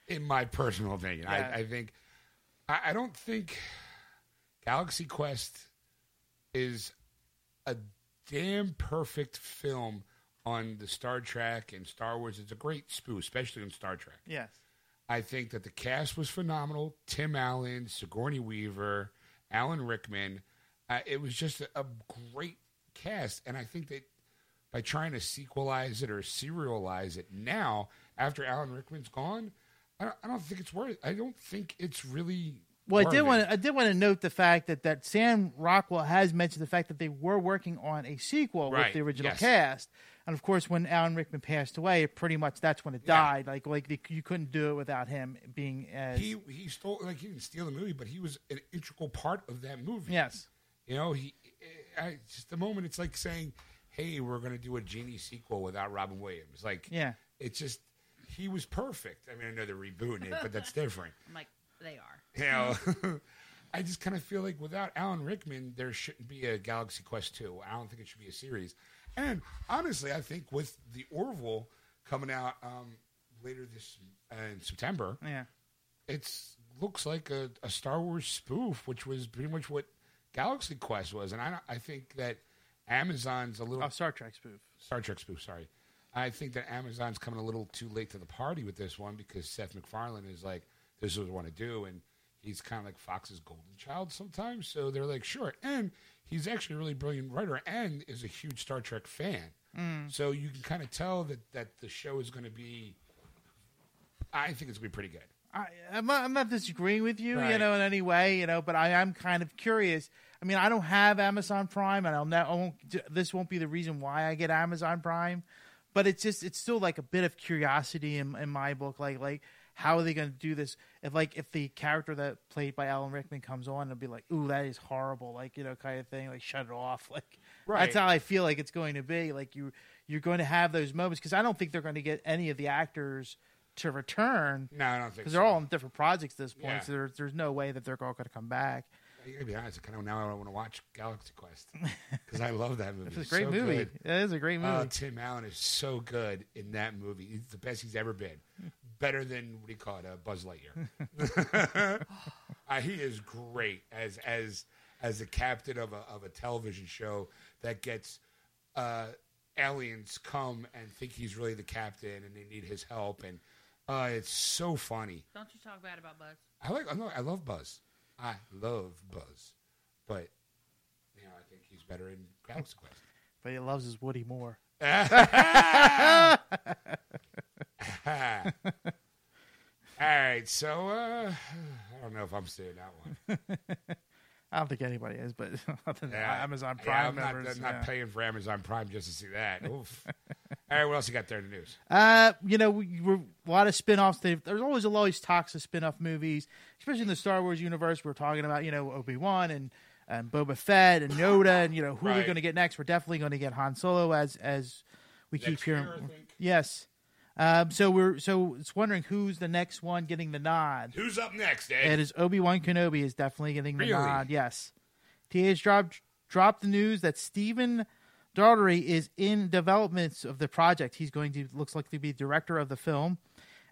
in my personal opinion, I, I think. I, I don't think Galaxy Quest is a damn perfect film on the Star Trek and Star Wars. It's a great spoof, especially on Star Trek. Yes. I think that the cast was phenomenal. Tim Allen, Sigourney Weaver, Alan Rickman. Uh, it was just a, a great cast, and I think that by trying to sequelize it or serialize it now, after Alan Rickman's gone, I don't, I don't think it's worth. I don't think it's really. Well, I worth did it. want to, I did want to note the fact that, that Sam Rockwell has mentioned the fact that they were working on a sequel with Right, the original yes. cast, and of course, when Alan Rickman passed away, pretty much that's when it Yeah. died. Like like the, you couldn't do it without him being as He he stole like he didn't steal the movie, but he was an integral part of that movie. yes You know, he I, just the moment it's like saying, "Hey, we're going to do a genie sequel without Robin Williams." Like, Yeah. it's just he was perfect. I mean, I know they're rebooting it, but that's different. (laughs) I'm like, they are. You know, (laughs) I just kind of feel like without Alan Rickman, there shouldn't be a Galaxy Quest two. I don't think it should be a series. And honestly, I think with the Orville coming out um, later this uh, in September, yeah it's looks like a, a Star Wars spoof, which was pretty much what Galaxy Quest was, and I don't- I think that Amazon's a little oh Star Trek spoof Star Trek spoof. Sorry, I think that Amazon's coming a little too late to the party with this one because Seth MacFarlane is like, this is what I want to do, and he's kind of like Fox's golden child sometimes. So they're like, sure, and he's actually a really brilliant writer and is a huge Star Trek fan. Mm. So you can kind of tell that that the show is going to be. I think it's going to be pretty good. I, I'm, not, I'm not disagreeing with you, you Right. know, in any way, you know, but I am kind of curious. I mean, I don't have Amazon Prime, and I'll not, I won't, this won't be the reason why I get Amazon Prime, but it's just, it's still like a bit of curiosity in, in my book. Like, like, how are they going to do this? If, like, if the character that played by Alan Rickman comes on, it'll be like, ooh, that is horrible, like, you know, kind of thing, like, shut it off. (laughs) Like, Right. that's how I feel like it's going to be. Like, you, you're going to have those moments because I don't think they're going to get any of the actors to return No, I don't think because so. they're all on different projects at this point. Yeah. So there's there's no way that they're all going to come back. I gotta be honest. I kind of now I want to watch Galaxy (laughs) Quest because I love that movie. It's a great so movie. good. It is a great movie. Oh, Tim Allen is so good in that movie. He's the best he's ever been. Better than what do you call it? Uh, Buzz Lightyear. (laughs) uh, he is great as as as the captain of a of a television show that gets uh, aliens come and think he's really the captain and they need his help and uh, it's so funny. Don't you talk bad about Buzz. I like. I, know, I love Buzz. I love Buzz, but you know, I think he's better in Galaxy Quest. but he loves his Woody more. (laughs) Ah. All right, so uh, I don't know if I'm seeing that (laughs) one. I don't think anybody is, but (laughs) other than Yeah. Amazon Yeah, Prime I'm not, members. I'm not yeah. paying for Amazon Prime just to see that. Oof. All right, what else you got there in the news? Uh, you know, we, we're, a lot of spin-offs. They've, there's always a lot of talks of spin-off movies, especially in the Star Wars universe. We're talking about, you know, Obi-Wan and, and Boba Fett and Yoda and, you know, who they're Right. going to get next. We're definitely going to get Han Solo as as we keep Next year, hearing. I think. Yes. Um, so we're so it's wondering who's the next one getting the nod. Who's up next, Ed? It is Obi Wan Kenobi is definitely getting the Really? nod. Yes, TH dropped dropped the news that Stephen Daugherty is in developments of the project. He's going to looks like to be director of the film,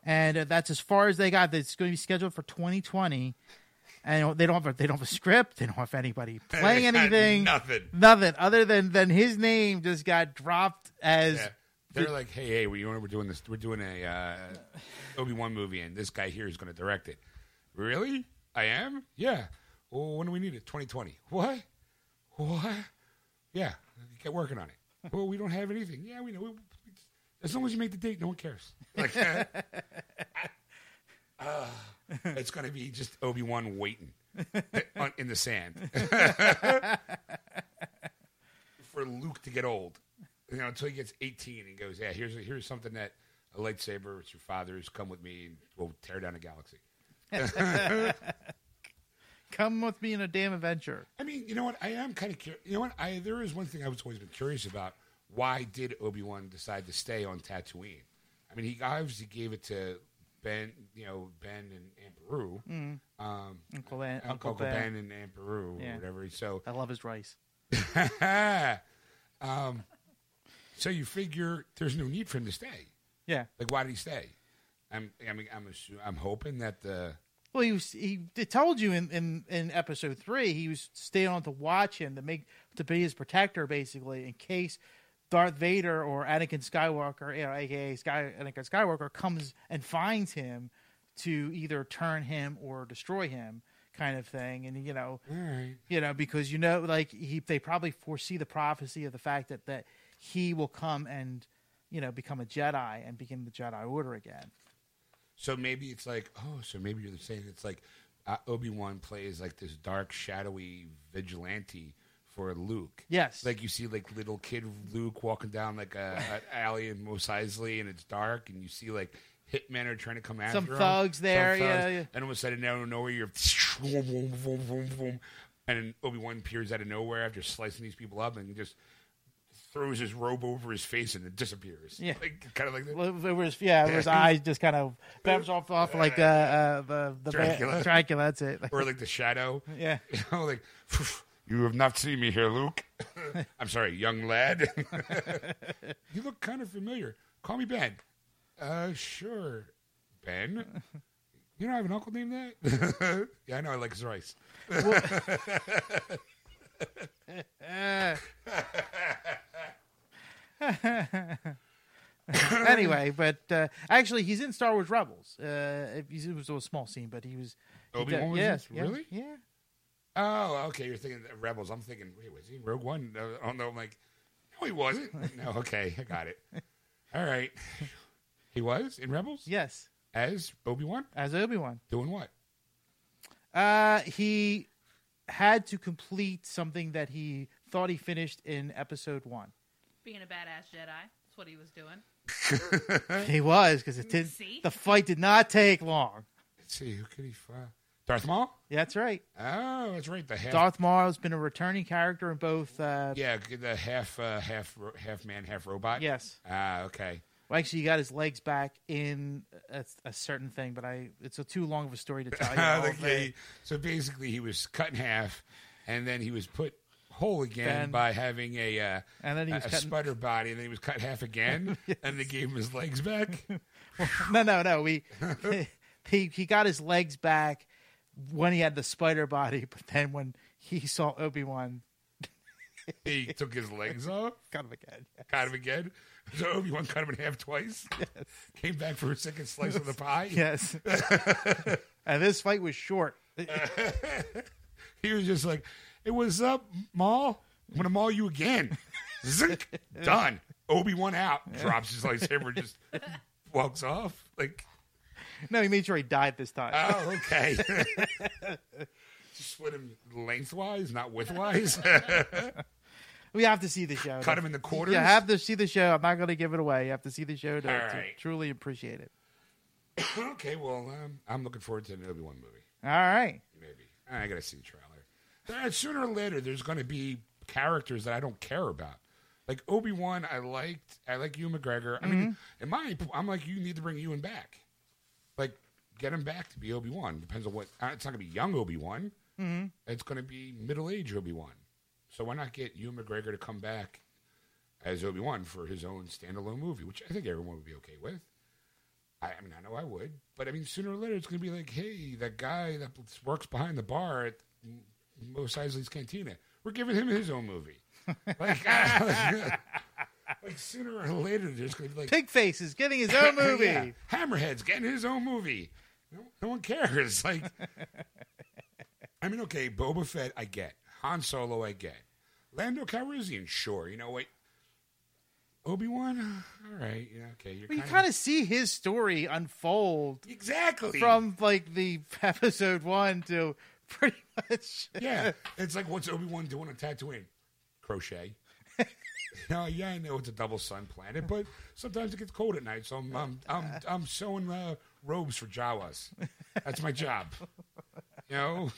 and uh, that's as far as they got. It's going to be scheduled for 2020, and they don't have a, they don't have a script. They don't have anybody playing anything. Nothing. Nothing other than than his name just got dropped as Yeah. They're like, hey, hey, we, we're doing this. We're doing a uh, Obi Wan movie, and this guy here is going to direct it. Really? I am? Yeah. Well, when do we need it? 2020. What? What? Yeah. Get working on it. well, we don't have anything. Yeah, we know. We, we- as long as you make the date, no one cares. Like, uh, it's going to be just Obi Wan waiting on- in the sand for Luke to get old. You know, until he gets 18 and goes, yeah, here's here's something that a lightsaber, it's your father's, come with me and we'll tear down a galaxy. come with me on a damn adventure. I mean, you know what? I am kind of curious. You know what? I there is one thing I've always been curious about. Why did Obi Wan decide to stay on Tatooine? I mean, he obviously gave it to Ben, you know, Ben and Aunt Peru, um, Uncle Ben, Uncle, Ben. and Aunt Peru, or Yeah. whatever. So, (laughs) I love his rice. um, so you figure there's no need for him to stay. Yeah. Like, why did he stay? I'm, I mean, I'm, assu- I'm hoping that the Well, he was, he they told you in, in in episode three he was staying on to watch him to make to be his protector basically in case Darth Vader or Anakin Skywalker, you know, aka Sky, Anakin Skywalker, comes and finds him to either turn him or destroy him, kind of thing. And you know, all right, you know, because you know, like he, they probably foresee the prophecy of the fact that that he will come and you know become a Jedi and begin the Jedi Order again. So maybe it's like, oh, so maybe you're saying it's like uh, Obi Wan plays like this dark, shadowy vigilante for Luke. Yes, Like you see, like little kid Luke walking down like a, a alley in Mos Eisley, and it's dark, and you see like hitmen are trying to come after Some him. thugs there, yeah, yeah. And all of a sudden, out of nowhere, you're vroom, vroom, vroom, vroom, vroom. and Obi Wan appears out of nowhere after slicing these people up, and he just throws his robe over his face and it disappears. Yeah. like, kind of like that. It was yeah, it was eyes just kind of bounce off off like uh, uh the the Dracula. Dracula, that's it. or like the shadow. (laughs) Yeah. (laughs) You know, like, you have not seen me here, Luke. (laughs) I'm sorry, young lad. (laughs) you look kind of familiar. Call me Ben. Uh, sure. Ben? You don't have an uncle named that? (laughs) yeah, I know. I like his rice. anyway, but uh, actually, he's in Star Wars Rebels. Uh, he's- it was a small scene, but he was. he Obi-Wan did- was in yes, this? yes, Really? Yeah. Oh, okay. You're thinking of Rebels. I'm thinking, wait, was he in Rogue One? No, I don't know. I'm like, no, he wasn't. (laughs) no, okay. I got it. All right. He was in Rebels? Yes, As Obi Wan? as Obi Wan. Doing what? Uh, he had to complete something that he thought he finished in Episode One. Being a badass Jedi. That's what he was doing. he was because it did. See? The fight did not take long. Let's see. Who could he find? Darth Maul? That's right. Oh, that's right. The half, Darth Maul has been a returning character in both. Uh, yeah, the half, uh, half, ro- half man, half robot. Yes. Ah, okay. Well, actually, he got his legs back in a, a certain thing, but I it's a too long of a story to tell (laughs) you. all Okay. of it. So basically, he was cut in half, and then he was put whole again Ben. by having a uh, And then he a, was a cutting- sputter body, and then he was cut in half (laughs) again, and they gave him his legs back. No, no, no. We (laughs) he he got his legs back when he had the spider body, but then when he saw Obi Wan, (laughs) he took his legs off, got him again. cut him again. So Obi Wan cut him in half twice. Came back for a second slice of the (laughs) pie. Yes. (laughs) and this fight was short. He was just like, "Hey, what's up, Maul? I'm gonna maul you again." (laughs) Zink, done. Obi Wan out. Drops his lightsaber, just walks off. Like, No, he made sure he died this time. oh, okay. just split him lengthwise, not widthwise. (laughs) we have to see the show. Cut him in the quarters. You have to see the show. I'm not going to give it away. You have to see the show to, All to right. truly appreciate it. okay, well, um, I'm looking forward to an Obi Wan movie. All right. Maybe I gotta see the trailer. Uh, Sooner or later, there's gonna be characters that I don't care about. Like Obi Wan, I liked. I like you, McGregor. I mean, in my, I'm like, you need to bring Ewan back. Like, get him back to be Obi Wan. Depends on what. uh, It's not gonna be young Obi Wan. It's gonna be middle age Obi Wan. So why not get Ewan McGregor to come back as Obi Wan for his own standalone movie, which I think everyone would be okay with. I, I mean, I know I would, but I mean, sooner or later it's going to be like, hey, that guy that works behind the bar at Mos Eisley's Cantina, we're giving him his own movie. like, (laughs) like, sooner or later, there's going to be like, Pigface is getting his own (laughs) movie. yeah, Hammerhead's getting his own movie. No, no one cares. (laughs) Like, I mean, okay, Boba Fett, I get. Han Solo, I get. Lando Calrissian, sure. You know what? Obi Wan, all right. Yeah, okay. You're But you kinda- kind of see his story unfold exactly from like the (laughs) episode one to pretty much. yeah. It's like what's Obi Wan doing on Tatooine? (laughs) Crochet. no, yeah, I know it's a double sun planet, but sometimes it gets cold at night, so I'm I'm I'm, I'm sewing uh, robes for Jawas. That's my job. You know.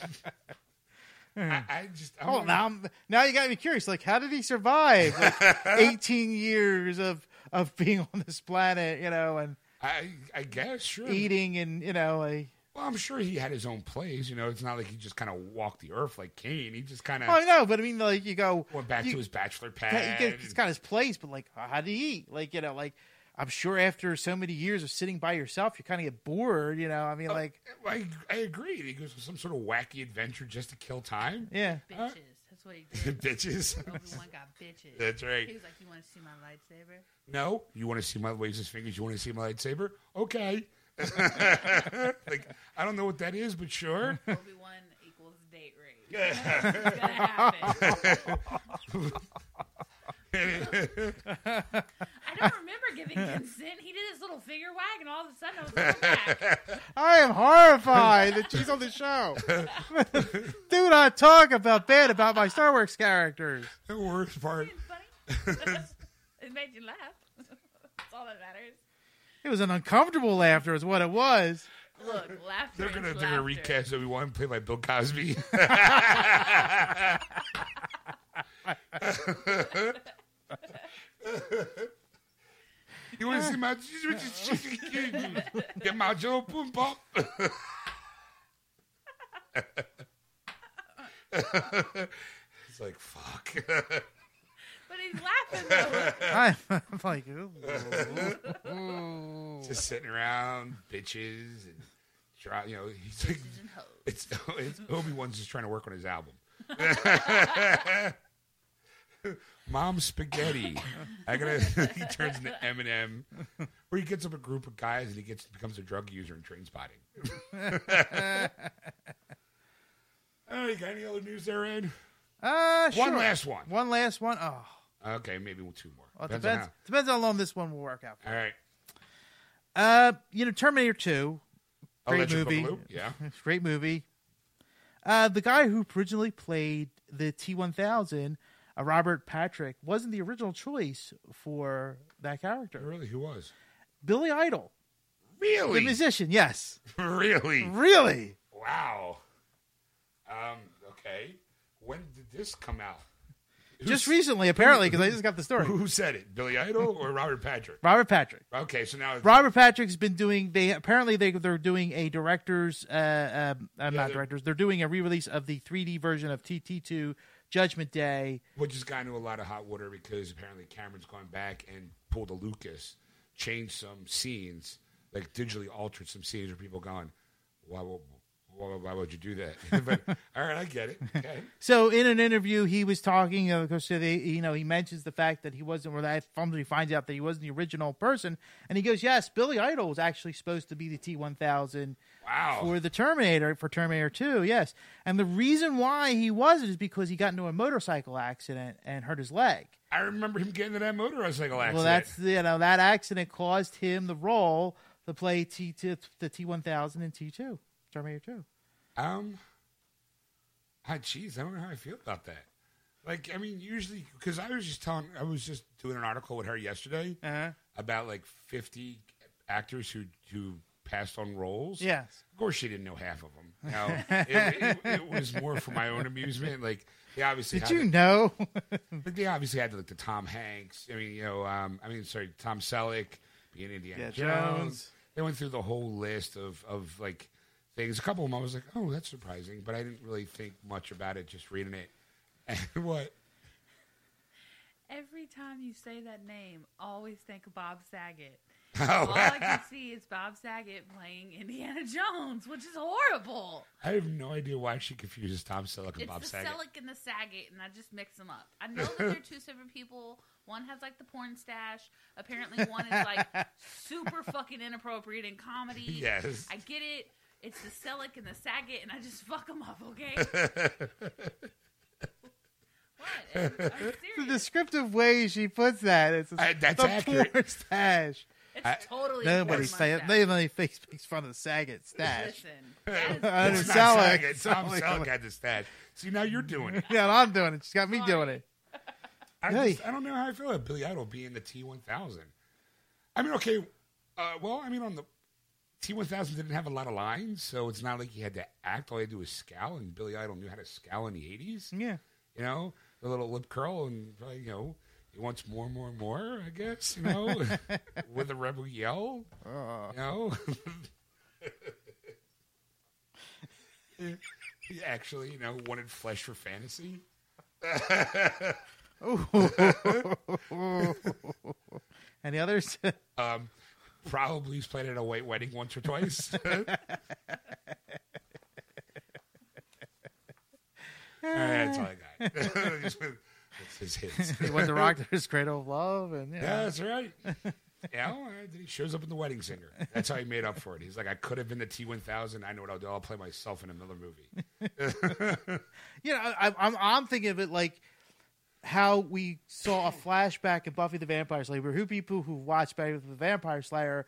I, I just (laughs) I Oh, wanna- now I'm, now you got me curious. Like, how did he survive (laughs) like, 18 years of of being on this planet? You know, and I I guess sure. eating and you know, like, Well, I'm sure he had his own place. You know, it's not like he just kind of walked the earth like Cain. He just kind of oh no, but I mean, like, you go went back you- to his bachelor Yeah, pad. he get- he's got his place, but like, how do you eat? Like, you know, like I'm sure after so many years of sitting by yourself, you kind of get bored. You know, I Oh, mean, like, I I agree. He goes for some sort of wacky adventure just to kill time. yeah, Uh, Bitches. That's what he did. (laughs) bitches. Obi-Wan got bitches. That's right. He was like, you want to see my lightsaber? No, you want to see my laces fingers? You want to see my lightsaber? Okay. (laughs) like I don't know what that is, but sure. Obi-Wan equals date rape. it's gonna happen. I don't remember giving consent. He did his little finger wag, and all of a sudden I was like, "Oh, "I'm back. I am horrified that she's on (laughs) the show. Do not talk about bad about my Star Wars characters. (laughs) the worst part. Isn't it funny? (laughs) it made you laugh. That's all that matters. It was an uncomfortable laughter, is what (laughs) it was. Look, laughter. They're gonna is they're gonna laughter. recast Obi Wan played by Bill Cosby. (laughs) you want to see my get my Joe Pumpa? (laughs) it's like fuck. (laughs) But he's laughing though. I'm, I'm like, (laughs) ooh. just sitting around, bitches, and try, you know, he's like, Bitches and hoes. it's, (laughs) it's Obi Wan's just trying to work on his album. (laughs) Mom spaghetti. I gotta. (laughs) he turns into Eminem, where he gets up a group of guys and he gets becomes a drug user and train (laughs) spotting. oh, you got any other news there, Ed? One Uh, sure. last one. One last one. Oh, Okay, maybe two more. well, it Depends depends. on Depends, how long this one will work out. how- All right. Uh, you know, Terminator Two, (laughs) I'll great let you movie. Loop. Yeah. It's a great movie. Uh, the guy who originally played the T1000, uh, Robert Patrick, wasn't the original choice for that character. Really, who was? Billy Idol, the Really? musician, yes. (laughs) really? Really? Wow. Um, okay. When did this come out? Who Just s- recently, apparently, because I just got the story. Who said it? Billy Idol or Robert Patrick? Robert Patrick. Okay, so now it's Robert Patrick's been doing. They apparently they they're doing a director's, uh, um, uh, not they're- directors. They're doing a re-release of the 3D version of TT2 Judgment Day. which has gotten into a lot of hot water because apparently Cameron's gone back and pulled a Lucas, changed some scenes, like digitally altered some scenes where people going, why, why, why, why would you do that? (laughs) but all right, I get it. Okay. So in an interview, he was talking uh, because they, you know, he mentions the fact that he wasn't, or that somebody finds out that he wasn't the original person, and he goes, "Yes, Billy Idol was actually supposed to be the T one thousand Wow. (laughs) for the Terminator for Terminator two, yes." And the reason why he wasn't is because he got into a motorcycle accident and hurt his leg. I remember him getting into that motorcycle accident. Well, that's you know that accident caused him the role to play T T the T one thousand and T two Terminator two. Um, ah, jeez, I don't know how I feel about that. Like, I mean, usually, because I was just telling, I was just doing an article with her yesterday Uh-huh. about like 50 actors who who passed on roles. Yes. Of course, she didn't know half of them. Now, it, it, it was more for my own amusement. Like they obviously Did had you know? (laughs) Like they obviously had like the Tom Hanks. I mean, you know, um, I mean, sorry, Tom Selleck being Indiana Yeah, Jones. Jones. They went through the whole list of of like things. A couple of them I was like, oh, that's surprising, but I didn't really think much about it just reading it. (laughs) And what? Every time you say that name, always think of Bob Saget. All (laughs) Oh, I can see is Bob Saget playing Indiana Jones, which is horrible. I have no idea why she confuses Tom Selleck and It's Bob the Saget. (laughs) Selleck and the Saget, and I just mix them up. I know that they're two separate people. One has like the porn stash. Apparently, one is (laughs) like super fucking inappropriate in comedy. Yes. I get it. It's the Selleck and the Saget, and I just fuck them up, (laughs) okay? what? I'm the serious. descriptive way she puts that. It's Uh, that's the accurate. poor stash. It's I- totally Nobody nobody say stash. Nobody (laughs) makes, makes fun of the Saget stash. (laughs) (laughs) Listen, that is I (laughs) It's know not Selleck. Saget. Tom Selleck. Selleck had the stash. See, now you're doing it. Yeah, I'm doing it. She's got me Sorry. doing it. I, Yeah. just, I don't know how I feel about Billy Idol being the T1000. I mean, okay, uh, well, I mean, on the T1000 didn't have a lot of lines, so it's not like he had to act. All he had to do was scowl, and Billy Idol knew how to scowl in the 80s. Yeah. You know, a little lip curl, and probably, you know, he wants more, more, more, I guess, you know, with a rebel yell, you know. (laughs) he actually, you know, wanted flesh for fantasy. (laughs) Any others? Um, probably he's played at a white wedding once or twice. that's all I got. (laughs) that's his hits. he went to rock to his cradle of love, and Yeah, yeah, that's right. Yeah, well, uh, he shows up in The Wedding Singer. That's how he made up for it. He's like, I could have been the T1000. I know what I'll do. I'll play myself in a Miller movie. you know, I, I'm- I'm I'm thinking of it like how we saw a flashback in Buffy the Vampire Slayer, who people who watched Buffy the Vampire Slayer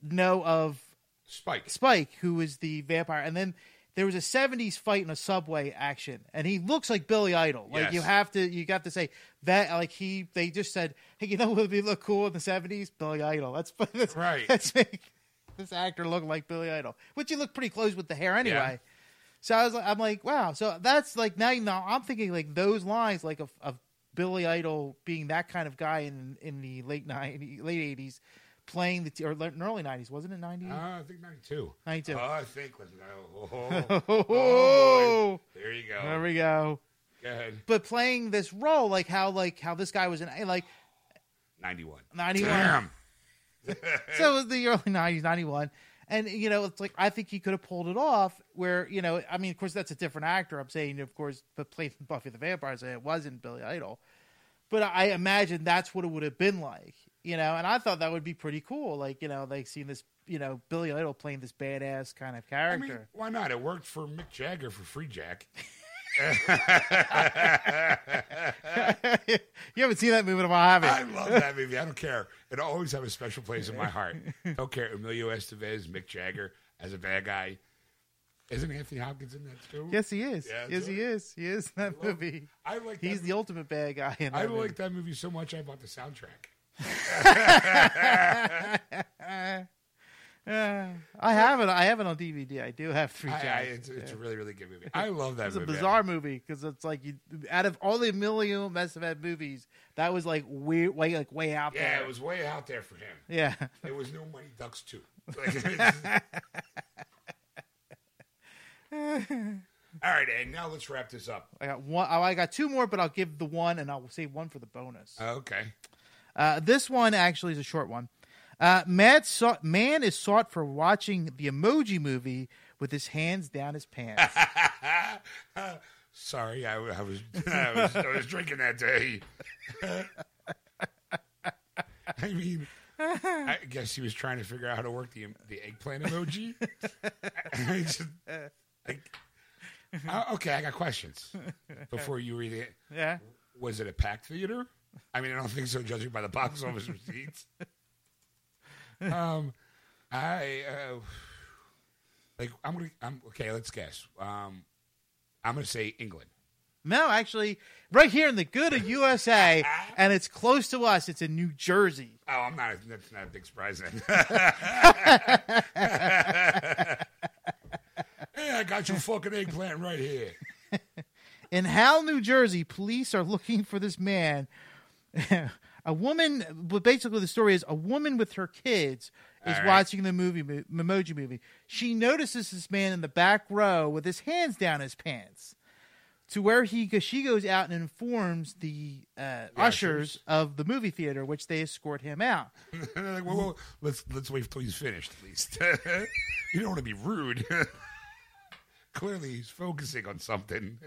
know of (laughs) Spike. Spike, who is the vampire, and then there was a '70s fight in a subway action, and he looks like Billy Idol. Like Yes. you have to, you got to say that. Like he, they just said, "Hey, you know what would be look cool in the '70s? Billy Idol." That's (laughs) that's Right. That's make this actor look like Billy Idol, which he looked pretty close with the hair anyway. So I was, like, I'm like, wow. So that's like now, you know, I'm thinking like those lines, like of, of Billy Idol being that kind of guy in in the late '90s, late '80s, playing the t- or le- early '90s, wasn't it '90s? Uh, I think 92. 92. Oh, I think. Let's go. Oh, Oh, there you go. there we go. Go ahead. But playing this role, like how like how this guy was in like 91. 91. Damn. so it was the early nineties, ninety one, and you know it's like I think he could have pulled it off. Where you know, I mean, of course that's a different actor. I'm saying, of course, but played in Buffy the Vampire Slayer, it wasn't Billy Idol. But I imagine that's what it would have been like, you know. And I thought that would be pretty cool, like you know, like seeing this, you know, Billy Idol playing this badass kind of I mean, character. why not? It worked for Mick Jagger for Free Jack. (laughs) you haven't seen that movie in a while, have you? I love that movie. I don't care. It'll always have a special place in my heart. Don't care. Emilio Estevez, Mick Jagger as a bad guy. Isn't Anthony Hopkins in that too? Yes, he is. Yeah, yes, do he is. He is in that love- movie. I like. He's that the ultimate bad guy in that I movie. like that movie so much. I bought the soundtrack. Uh, (laughs) I have it. I have it on DVD. I do have Free I, I, Jack. it's, it's a really, really good movie. I love that It's a movie. bizarre movie because it's like you, out of all the million Messavet movies, that was like weird, way like way out Yeah, there. it was way out there for him. yeah, It was No Money Ducks too. Like, (laughs) it's- All right, and now let's wrap this up. I got one. oh, I got two more, but I'll give the one and I'll save one for the bonus. Okay. Uh, this one actually is a short one. Uh, Matt sought, man is sought for watching the Emoji Movie with his hands down (laughs) his pants. Sorry, I, w- I was, I was I was drinking that day. (laughs) I mean, I guess he was trying to figure out how to work the the eggplant emoji. (laughs) I just- I- I- okay, I got questions. Before you read it, yeah, was it a packed theater? I mean, I don't think so, judging by the box office receipts. Um, I uh, like I'm gonna I'm okay. Let's guess. Um, I'm gonna say England. No, actually, right here in the good of USA, and it's close to us. It's in New Jersey. Oh, I'm not. That's not a big surprise then. (laughs) hey, I got your fucking eggplant right here. In Hal, New Jersey, police are looking for this man. (laughs) a woman, but basically the story is a woman with her kids All is right. watching the movie mo- Memoji movie. She notices this man in the back row with his hands down his pants. To where he, cause she goes out and informs the, uh, ushers ushers. of the movie theater, which they escort him out. And they're like, well, well, let's let's wait till he's finished at least. (laughs) you don't want to be rude. (laughs) Clearly, he's focusing on something.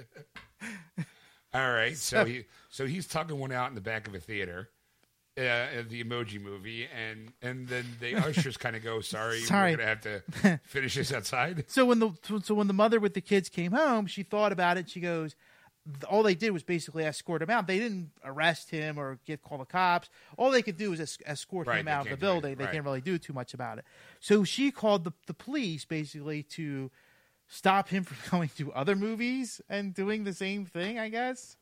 (laughs) All right, so he so he's tugging one out in the back of a theater, uh, at the Emoji Movie, and and then the ushers kind of go, "Sorry, Sorry. we're gonna have to finish this outside." So when the so when the mother with the kids came home, she thought about it. She goes, all they did was basically escort him out. They didn't arrest him or get call the cops. All they could do was es- escort Right, him they out of the can't do anything, building. They right. can't really do too much about it. So she called the the police basically to stop him (laughs) from going to other movies and doing the same thing. I guess.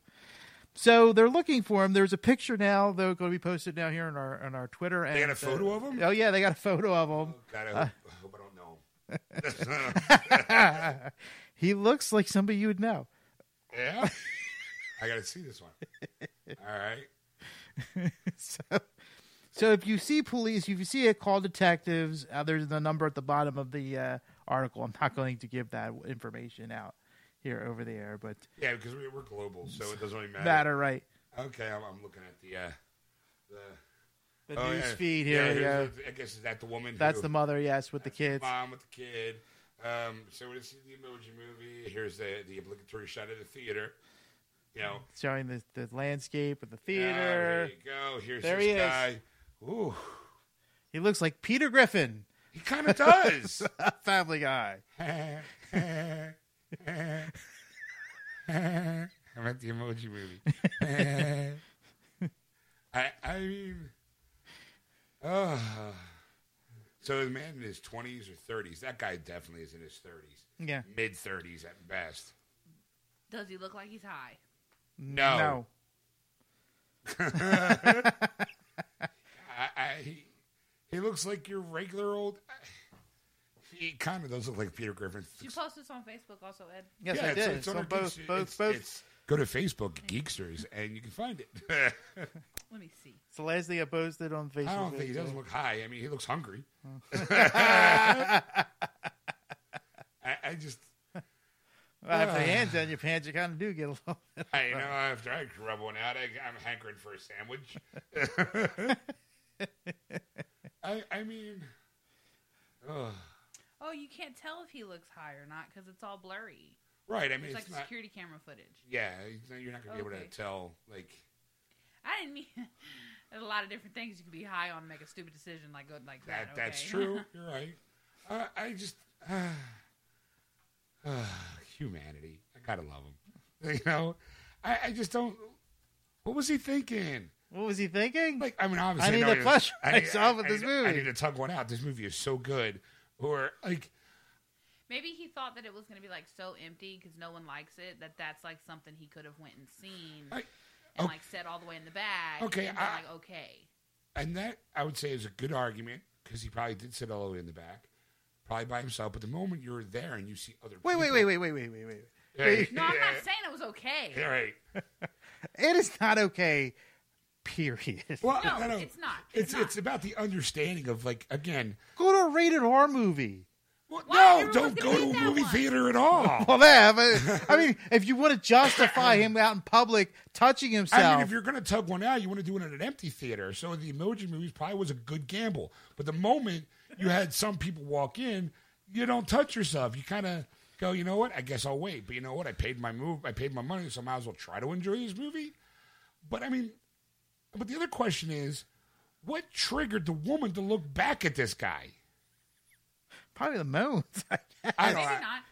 So they're looking for him. There's a picture now, though, going to be posted now here on our on our Twitter. They got a photo of him. Oh, Oh yeah, they got a photo of him. God, I hope, I hope I don't know. He looks like somebody you would know. Yeah. I got to see this one. All right. (laughs) So if you see police, if you see it, call detectives. Uh, there's the number at the bottom of the uh, article. I'm not going to give that information out here over the air, but Yeah, because we, we're global, so it doesn't really matter. matter right. Okay, I'm, I'm looking at the. Uh, the The oh, news yeah. feed here. Yeah, we here's go. the- I guess is that the woman? That's who- the mother, yes, with the that's kids. Mom with the kid. Um, so we see the emoji movie. Here's the, the obligatory shot of the theater. You know, Showing the, the landscape of the Ah, there theater. you go. Here's There this he is. guy. Ooh, He looks like Peter Griffin, he kind of (laughs) does. Family Guy. I'm at the emoji movie. I I mean, uh, so the man in his 20s or 30s. That guy definitely is in his 30s, Yeah. mid 30s at best. Does he look like he's high? No. No. I, I he, he looks like your regular old. He kind of does look like Peter Griffin. Did you post this on Facebook also, Ed? Yes, yeah, I it's- did. It's, So on our both, Geekster- both, it's- both. It's, it's- go to Facebook Geeksters and you can find it. Let me see. the last thing I posted on Facebook. I don't think he doesn't look high. I mean, he looks hungry. I, (laughs) I just, Well, after your hands down your pants, you kind of do get a little. (laughs) I you know after I rub one out, I, I'm hankering for a sandwich. (laughs) I, I mean, ugh. Oh, you can't tell if he looks high or not because it's all blurry. right? I mean, It's it's, like not. security camera footage. Yeah, it's not- you're not gonna be able Okay. to tell. Like, I didn't mean. (laughs) There's a lot of different things you could be high on and make a stupid decision like good like that that. that's okay? true. You're right. Uh, I just (sighs) uh, humanity. I gotta love him. (laughs) You know, I, I just don't. What was he thinking? What was he thinking? Like, I mean, obviously, need know to flush I need- myself with I this need- I movie. need to tug one out. This movie is so good. Or like, (laughs) Maybe he thought that it was going to be like so empty because no one likes it that that's like something he could have went and seen I- oh. and like set all the way in the back. Okay, and been I- like okay, and that I would say is a good argument because he probably did sit all the way in the back, probably by himself. But the moment you're there and you see other Wait, people, wait, wait, wait, wait, wait, wait, wait. Hey, no, I'm not yeah, saying it was okay. yeah, right. It is not okay. Period. (laughs) Well, No, it's not. It's It's not. it's about the understanding of like again. Go to a rated R movie. Well, Why no, everyone's don't go gonna to eat a that movie one? theater at all. Well, that. But, (laughs) I mean, if you want to justify him out in public touching himself, I mean, if you're going to tug one out, you want to do it at an empty theater. So the emoji movies probably was a good gamble. But the moment you had some people walk in, you don't touch yourself. You kind of go, you know what? I guess I'll wait. But you know what? I paid my move. I paid my money, so I might as well try to enjoy this movie. But I mean, but the other question is, what triggered the woman to look back at this (laughs) guy? probably the moans. (laughs) I Maybe don't. I, not.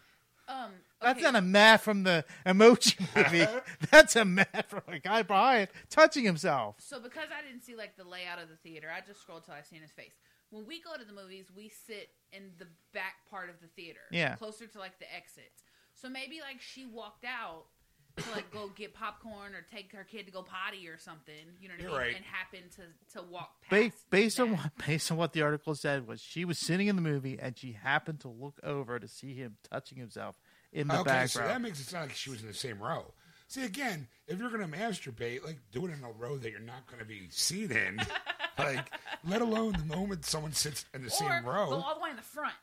Um, That's okay. not a math from the emoji movie. (laughs) That's a math from a guy behind touching himself. So because I didn't see like the layout of the theater, I just scrolled till I seen his face. When we go to the movies, we sit in the back part of the theater, Yeah. closer to like the exits. So maybe like she walked out to like go get popcorn or take her kid to go potty or something. You know what I You're mean? right. And happen to to walk past. Ba- based on that. what, based on what the article said was she was sitting in the movie and she happened to look over to see him touching himself in the okay, so that background. makes it sound like she was in the same row. See, again, if you're going to masturbate, like do it in a row that you're not going to be seen (laughs) in. like, let alone the moment someone sits in the or same row. go all the way in the front.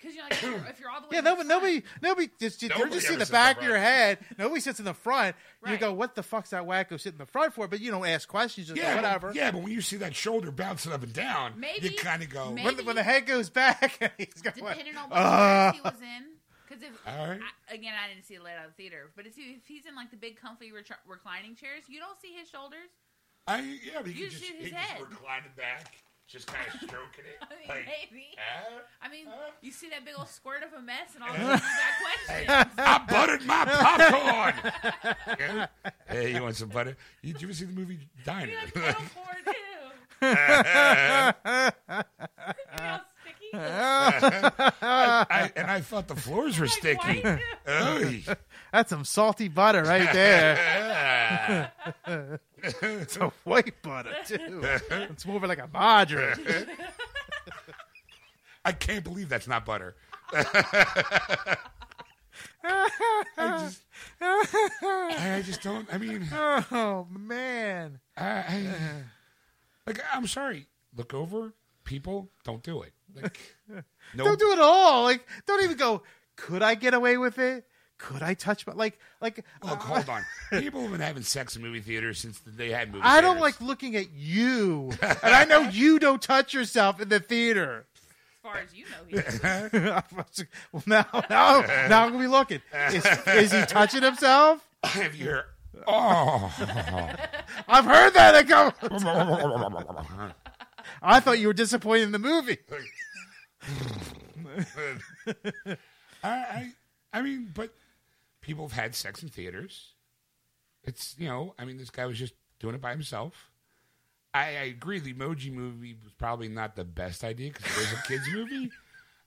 Because you know, like, if you're- if (coughs) you're all the way, yeah, in the nobody, front- nobody, nobody just, just Nobody they're just ever in the sits in the back of your front. head. Nobody sits in the front. You Right. go, what the fuck's that wacko sitting in the front for? But you don't ask questions. Just yeah, but- whatever. yeah, but when you see that shoulder bouncing up and down, Maybe- you kind of go, maybe- When, the, when the head goes back, (laughs) (laughs) he's going, depending on what "Ah." class he was in. Because if All right. I, again, I didn't see it laid out of the theater, but if, he, if he's in like the big comfy retri- reclining chairs, you don't see his shoulders. I, yeah, but you, You can just, shoot you his can just head. recline it back, just kind of stroking (laughs) it. I mean, like, maybe. "Ah, I mean, Uh. you see that big old squirt of a mess, and all of a sudden you got questions. I buttered my popcorn. Yeah? Hey, you want some butter? You, did you ever see the movie Diner? You're like, I don't pour it too. (laughs) You know, sticky. Like, (laughs) I, and I thought the (laughs) floors were sticky. why do- (laughs) Oy. That's some salty butter (laughs) right there. Ah. it's a white butter too. It's more of like a Bodger. I can't believe that's not butter. I just, I I just don't. I mean, Oh man. I, I, like I'm sorry. Look over, people. Don't do it. Like, no, Don't do it all. Like don't even go, could I get away with it? Could I touch my like like Look, hold on. People have been having sex in movie theaters since they had movie. I don't theaters. like looking at you. and I know you don't touch yourself in the theater. As far as you know, he (laughs) does. (laughs) well now now now I'm gonna be looking. Is, is he touching himself? Have your oh. I've heard that I go Oh. (laughs) I thought you were disappointed in the movie. I, I I mean, but people have had sex in theaters. It's you know, I mean, this guy was just doing it by himself. I, I agree. The emoji movie was probably not the best idea because it was a (laughs) kids movie.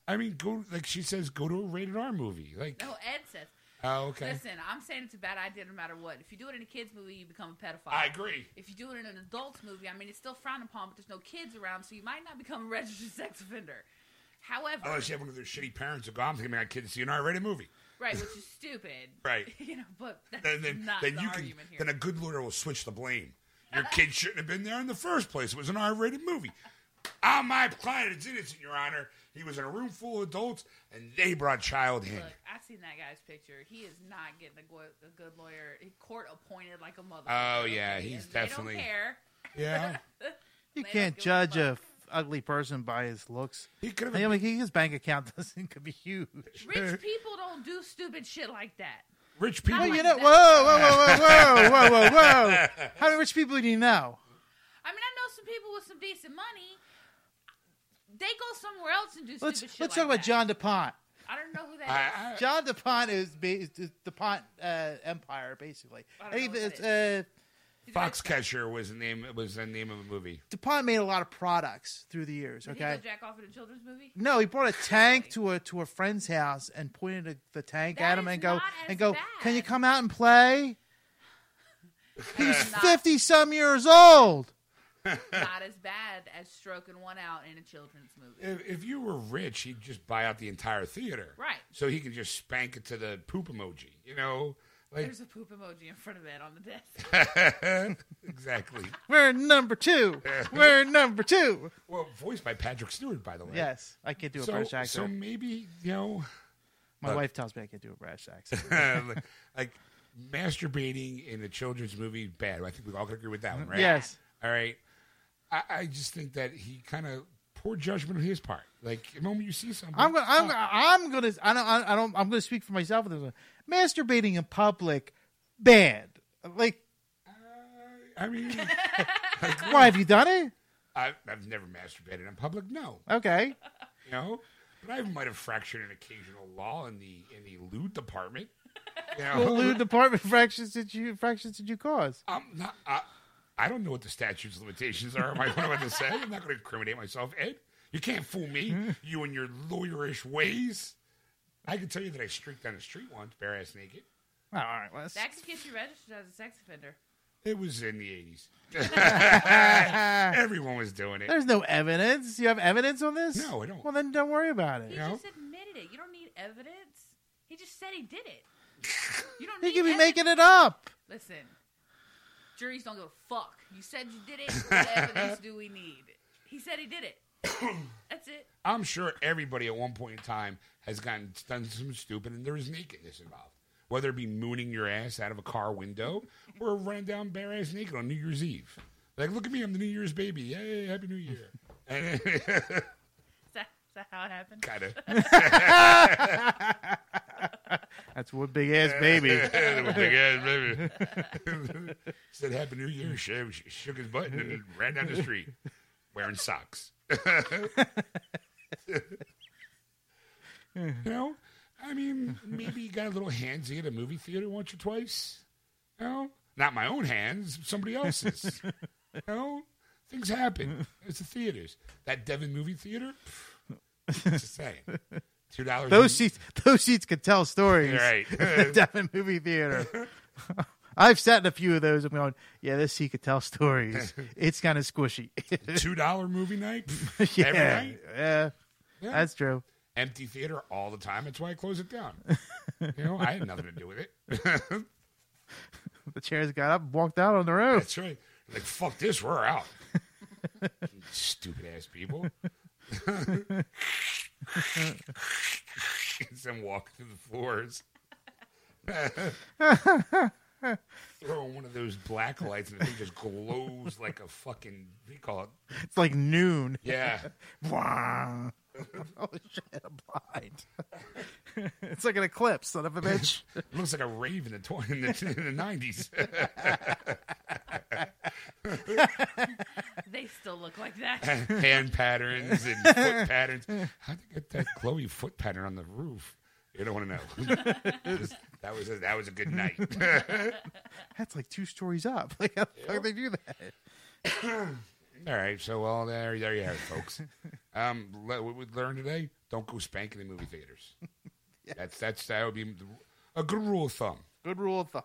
I mean, go like she says, go to a rated R movie. Like, No, Ed says. oh, okay, Listen, I'm saying it's a bad idea no matter what. If you do it in a kids movie, you become a pedophile. I agree. If you do it in an adults movie, I mean, it's still frowned upon, but there's no kids around, so you might not become a registered (laughs) sex offender. However, Unless you have one of those shitty parents who go, I'm taking my kids to see an R-rated movie. right, which is stupid, (laughs) Right. (laughs) You know, but that's then then, not then the you can argument then a here. good lawyer will switch the blame. Your (laughs) kid shouldn't have been there in the first place. It was an R-rated movie. On my client is innocent, Your Honor. He was in a room full of adults, and they brought child in. Look, I've seen that guy's picture. He is not getting a, go- a good lawyer, eh, court appointed like a mother. Oh, yeah, he's And they don't definitely- care. Yeah, You They don't can't give a judge a fuck. f- ugly person by his looks. he could have. I Been, mean, his bank account (laughs) doesn't could be huge. (laughs) Rich people don't do stupid shit like that. rich Well, people. you like know, whoa, whoa, whoa, that. whoa, whoa, whoa, whoa, whoa. How many rich people do you know? I mean, I know some people with some decent money. They go somewhere else and do stupid Let's shit. let's like talk about that. John DuPont. I don't know who that is. I, I, John DuPont is, ba- is the DuPont uh, empire basically. I don't And know even what it's, that uh, He's rich. Foxcatcher was the name. Was the name of a movie. DuPont made a lot of products through the years. Did he Okay. go jack off in a children's movie? No, he brought a tank to a to a friend's house and pointed a, the tank That at him is and go not as and go. Can you bad." come out and (laughs) play? He was Fifty some years old. Not as bad as stroking one out in a children's movie. If, if you were rich, he'd just buy out the entire theater. Right. So he can just spank it to the poop emoji. You know, like There's a poop emoji in front of it on the desk. (laughs) exactly. We're number two. We're number two. Well, voiced by Patrick Stewart, by the way. Yes, I can't do a So, British accent. so maybe you know. (laughs) My Look. wife tells me I can do a brash (laughs) accent. like, like masturbating in a children's movie bad. I think we all can agree with that one, right? Yes. All right. I, I just think that he kind of poor judgment on his part. Like the moment you see something, I'm gonna, I'm, gonna, I'm gonna, I don't, I don't, I'm gonna speak for myself with this one. Masturbating in public, bad. Like, I (laughs) mean, why have you done it? I've, I've never masturbated in public. No, Okay, you know, but I might have fractured an occasional law in the in the lewd department. You know? what lewd department (laughs) fractions did you fractions did you cause? I'm not. I, I don't know what the statute's limitations are. Am I what I'm about to say? I'm not going to incriminate myself, Ed. You can't fool me. You and your lawyerish ways. I can tell you that I streaked down the street once, bare ass naked. All right, let's. That could get you registered as a sex offender. It was in the 80s. (laughs) Everyone was doing it. (laughs) There's no evidence. You have evidence on this? No, I don't. Well, then don't worry about it. He Yeah. No. just admitted it. You don't need evidence. He just said he did (laughs) it. You don't He need could be evidence. making it up. Listen, juries don't go fuck. You said you did (laughs) it. What evidence do we need? He said he did it. (coughs) That's it. I'm sure everybody at one point in time has gotten done some stupid, and there was nakedness involved. Whether it be mooning your ass out of a car window or running down bare ass naked on New Year's Eve. Like, look at me, I'm the New Year's baby. Yay, Happy New Year. And Is that, is that how it happened? kind of. That's what big ass baby. (laughs) big ass baby. (laughs) Said Happy New Year, sho- sh- shook his butt, and ran down the street wearing socks. (laughs) you know, I mean, maybe you got a little handsy at a movie theater once or twice. You know, not my own hands, somebody else's. you know, things happen. It's the theaters. That Devon movie theater, pff, just saying. Two dollars. Those seats, those seats could tell stories. Right. (laughs) Devin movie (laughs) theater. I've sat in a few of those. I'm going, yeah, this seat could tell (laughs) stories. It's kind of squishy. (laughs) two dollar movie night Pff, yeah, every night. yeah, Yeah. that's true. empty theater all the time. That's why I close it down. you know, I had nothing to do with it. The chairs got up, and walked out on (laughs) the road. That's right. Like fuck this, we're out. (laughs) Stupid ass people. (laughs) Some walk through the floors. (laughs) Throwing one of those black lights and the thing just glows like a fucking what do you call it? It's like noon. Yeah. Wah. (laughs) oh shit! I'm blind. (laughs) it's like an eclipse, son of a bitch. looks like a rave in the tw- in the in the nineties. They still look (laughs) like (laughs) that. hand patterns and foot patterns. How'd they get that Chloe foot pattern on the roof? You don't want to know. (laughs) Just- that was a, that was a good night. (laughs) That's like two stories up. (laughs) Like how the fuck they do that? all right, so well there there you have it, folks. Um, le- what we learned today: don't go spanking in movie theaters. That's that's that would be the- a good rule of thumb. Good rule of thumb.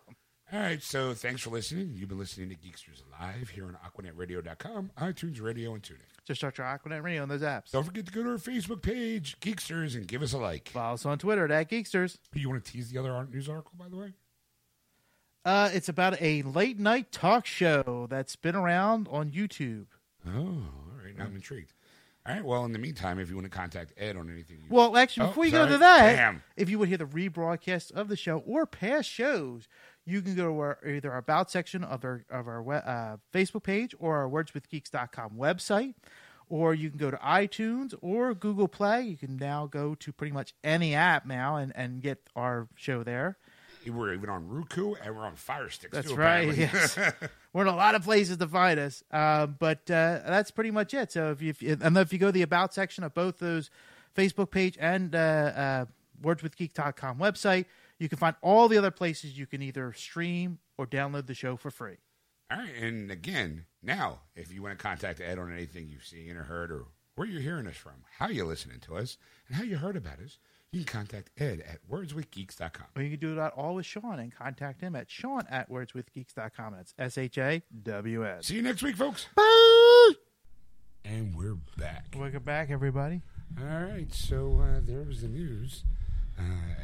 All right, so thanks for listening. You've been listening to Geeksters Live here on AquanetRadio.com, iTunes Radio, and TuneIn. Just search our Aquanet Radio on those apps. Don't forget to go to our Facebook page, Geeksters, and give us a like. Follow us on Twitter at Geeksters. You want to tease the other art- news article, by the way? Uh, it's about a late night talk show that's been around on YouTube. Oh, all right. Now I'm intrigued. All right. Well, in the meantime, if you want to contact Ed on anything, you Well, actually, Oh, before you go sorry. to that, Damn. if you would hear the rebroadcast of the show or past shows, you can go to our, either our About section of our, of our we- uh, Facebook page or our wordswithgeeks.com website, or you can go to iTunes or Google Play. You can now go to pretty much any app now and, and get our show there. we're even on Roku and we're on Fire Sticks. That's too, right. apparently. Yes. (laughs) We're in a lot of places to find us. Um, but uh, that's pretty much it. So if you, if, and if you go to the about section of both those Facebook page and uh, uh, wordswithgeek.com website, you can find all the other places you can either stream or download the show for free. All right. And again, now if you want to contact Ed on anything you've seen or heard or where you're hearing us from, how you're listening to us, and how you heard about us, you can contact Ed at wordswithgeeks.com. Or you can do that all with Sean and contact him at Sean at wordswithgeeks.com. That's S H A W S. See you next week, folks. Boo! And we're back. Welcome back, everybody. All right. So uh, there was the news. Uh,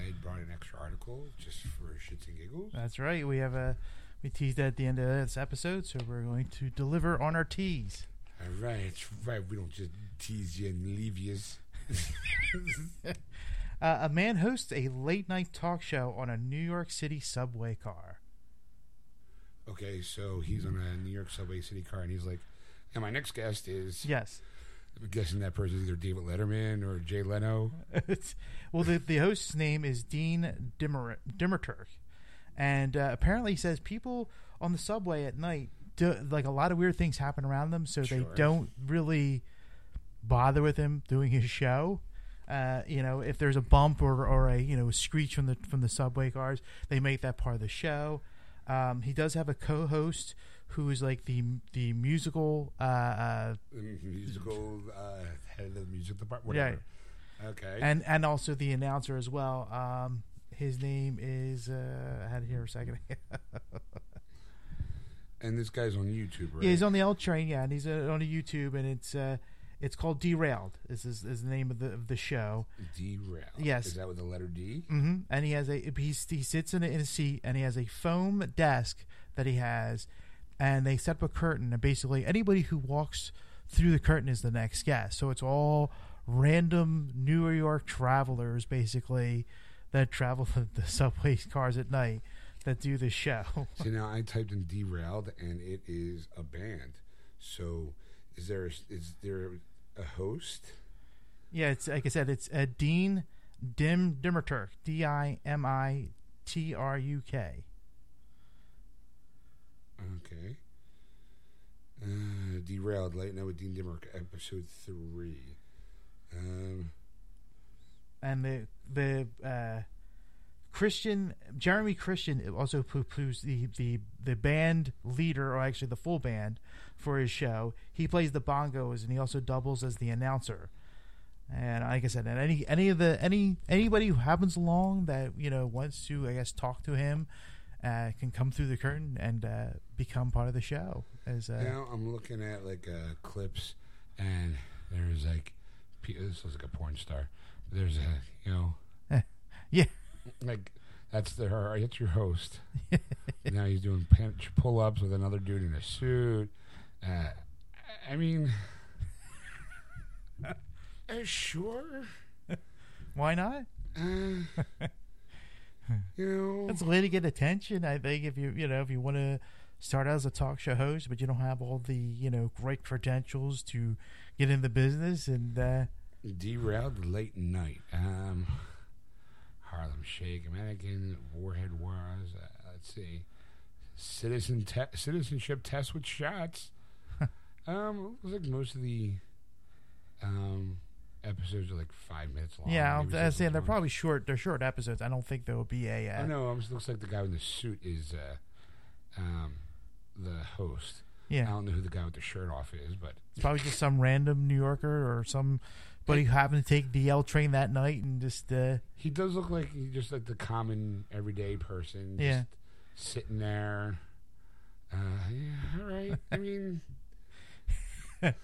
Ed brought an extra article just for shits and giggles. That's right. We have a we teased at the end of this episode, so we're going to deliver on our tease. All right. That's right. We don't just tease you and leave you. (laughs) Uh, a man hosts a late night talk show on a New York City subway car. Okay, so he's on a New York subway city car, and he's like, "And my next guest is." Yes. I'm guessing that person's either David Letterman or Jay Leno. It's- (laughs) well, the, the host's name is Dean Dimmer, Dimmerturk, and uh, apparently he says people on the subway at night do like a lot of weird things happen around them, so they Sure. don't really bother with him doing his show. Uh, you know, if there's a bump or, or a you know a screech from the from the subway cars, they make that part of the show. Um, he does have a co-host who is like the the musical uh, uh, The musical uh, head of the music department, whatever. Okay, and and also the announcer as well. Um, His name is uh, I had it here a second. (laughs) ago. And this guy's on YouTube, right? Yeah, he's on the L train. Yeah, and he's uh, on YouTube, and it's uh, it's called Derailed. Is is, is the name of the of the show? Derail. Yes. Is that with the letter D? hmm And he has a he's, he sits in a, in a seat, and he has a foam desk that he has, and they set up a curtain, and basically anybody who walks through the curtain is the next guest. So it's all random New York travelers, basically, that travel (laughs) the, the subway cars at night that do the show. (laughs) See, now I typed in derailed, and it is a band. So, is there is there a host? Yeah, it's like I said, it's uh, Dean Dim Dimiturk, D I M I T R U K. Okay. Uh, derailed late night with Dean Dimmock, episode three. Um, And the the uh, Christian Jeremy Christian also poo poos the, the the band leader, or actually the full band, for his show. He plays the bongos and he also doubles as the announcer. And like I said, and any any of the any anybody who happens along that you know wants to, I guess, talk to him, uh, can come through the curtain and uh, become part of the show. As uh, now I'm looking at like uh, clips, and there's like pe- this looks like a porn star. There's a you know, yeah. (laughs) like that's the her. It's your host. now he's doing pinch pull ups with another dude in a suit. Uh, I- I mean, uh, sure. Why not? Uh, you know, It's a way to get attention. I think if you you know if you want to start out as a talk show host, but you don't have all the you know great credentials to get in the business, and uh, Derailed late night. Um, Harlem Shake, Mannequin, Warhead Wars. Uh, let's see, citizen te- citizenship test with shots. um, looks like most of the um episodes are like five minutes long. yeah, Maybe I'm six saying they're minutes long. probably short. They're short episodes. I don't think there will be a. I Uh, know. Oh, It looks like the guy in the suit is uh, um, the host. I yeah, don't know who the guy with the shirt off is, but it's probably just some random New Yorker or some. But who happened to take the L train that night and just uh, he does look like he just like the common everyday person. Yeah. Just sitting there. Uh, yeah, all right. I mean, can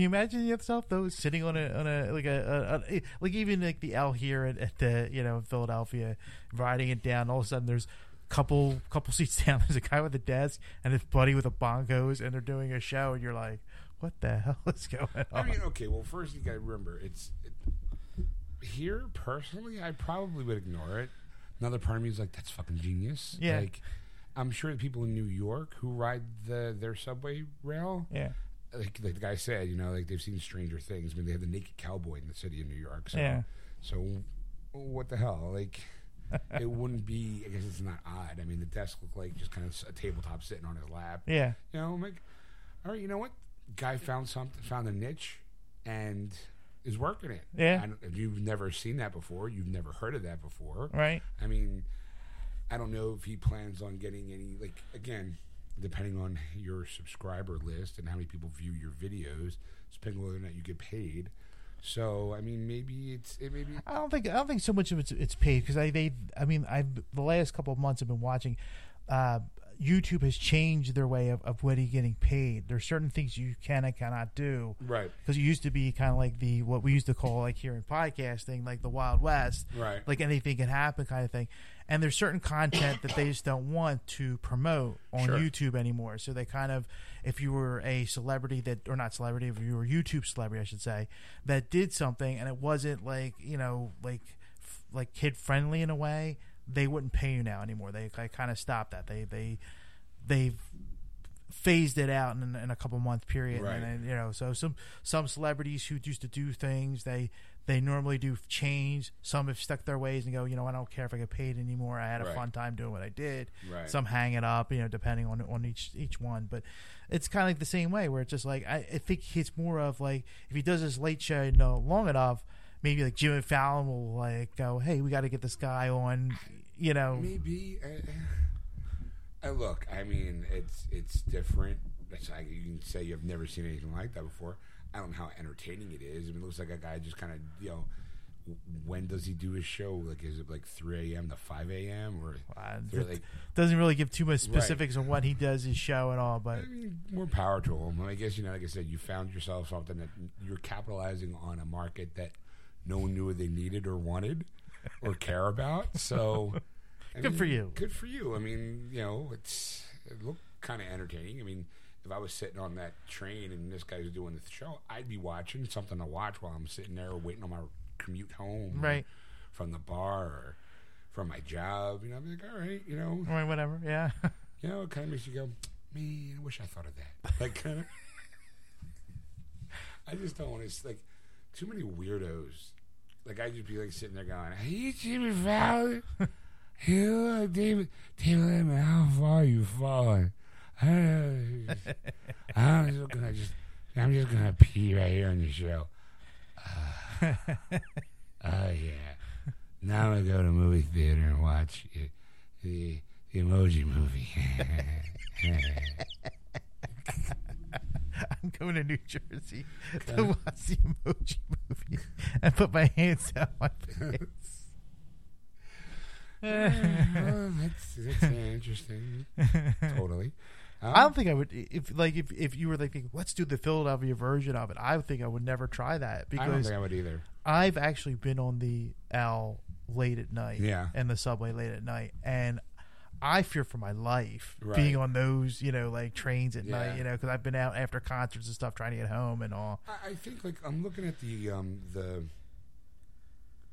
you imagine yourself though sitting on a on a like a, a, a like even like the L here at, at the you know Philadelphia riding it down all of a sudden there's couple couple (laughs) seats down there's a guy with a desk and his buddy with the bongos and they're doing a show and you're like what the hell (laughs) is going I on mean, okay. Well, first you got to remember it's it, here. Personally, I probably would ignore it. Another part of me is like, that's fucking genius. Yeah. Like, I'm sure the people in New York who ride the their subway rail, yeah like, like the guy said, you know, like they've seen Stranger Things. I mean, they have the naked cowboy in the city of New York. So, Yeah. so what the hell? Like, it wouldn't be. I guess it's not odd. I mean, the desk looked like just kind of a tabletop sitting on his lap. yeah You know, I'm like, all right, you know what? Guy found something, found a niche, and is working it. Yeah. I don't- if you've never seen that before, you've never heard of that before. right I mean, I don't know if he plans on getting any, like, again, depending on your subscriber list and how many people view your videos, it's depending on whether or not you get paid. So, I mean, maybe it's, it maybe, I don't think I don't think so much of it's it's paid because I they I mean I the last couple of months I've been watching, uh, YouTube has changed their way of of what are you getting paid. There's certain things you can and cannot do right, because it used to be kind of like the what we used to call like here in podcasting like the Wild West, right. like anything can happen kind of thing. And there's certain content that they just don't want to promote on Sure. YouTube anymore. So they kind of, if you were a celebrity that, or not celebrity, if you were a YouTube celebrity, I should say, that did something and it wasn't like you know like f- like kid friendly in a way, they wouldn't pay you now anymore. They, they kind of stopped that. They they they've phased it out in, in a couple month period Right. and then, you know so some some celebrities who used to do things they they normally do change some have stuck their ways and go you know i don't care if i get paid anymore i had a Right. fun time doing what i did Right. some hang it up you know depending on on each each one but it's kind of like the same way where it's just like i, I think it's more of like if he does this late show you know long enough maybe like jimmy fallon will like go hey we got to get this guy on you know Maybe. I, I look. I mean, it's it's different. That's like you can say you've never seen anything like that before. I don't know how entertaining it is. I mean, it looks like a guy just kind of you know when does he do his show? Like, is it like 3 a.m. to 5 a.m. or Uh, they're it like- doesn't really give too much specifics on what he does his show and all, but I mean, more power to him. I guess you know, like I said, you found yourself something that you're capitalizing on a market that no one knew they needed or wanted or care about. So, I (laughs) Good for mean, you. Good for you. I mean, you know, it's it looked kind of entertaining. I mean, if I was sitting on that train and this guy's doing the show, I'd be watching something to watch while I'm sitting there waiting on my commute home, or Right. from the bar or from my job. You know, I'd be like, all right, you know, or whatever. Yeah. (laughs) you know, it kind of makes you go, man, I wish I thought of that. Like, kind of. (laughs) I just don't want to. Like, too many weirdos. Like, I just be like sitting there going, "Hey, Jimmy Fallon, you, David, David Letterman, how far you falling?" (laughs) I'm just gonna just, I'm just gonna pee right here on the show. Oh yeah. Now I'm gonna go to the movie theater and watch uh, the, the Emoji Movie. (laughs) Uh-huh. (laughs) I'm going to New Jersey Okay. to watch the Emoji Movie (laughs) and put my hands out my (laughs) pants. Well, that's that's uh, interesting. Totally. Um, I don't think I would if like if, if you were like thinking, let's do the Philadelphia version of it. I would think I would never try that I don't because think I would either. I've actually been on the L late at night Yeah. and the subway late at night and I fear for my life Right. being on those, you know, like trains at Yeah. night, you know, because I've been out after concerts and stuff trying to get home and all. I, I think like I'm looking at the um the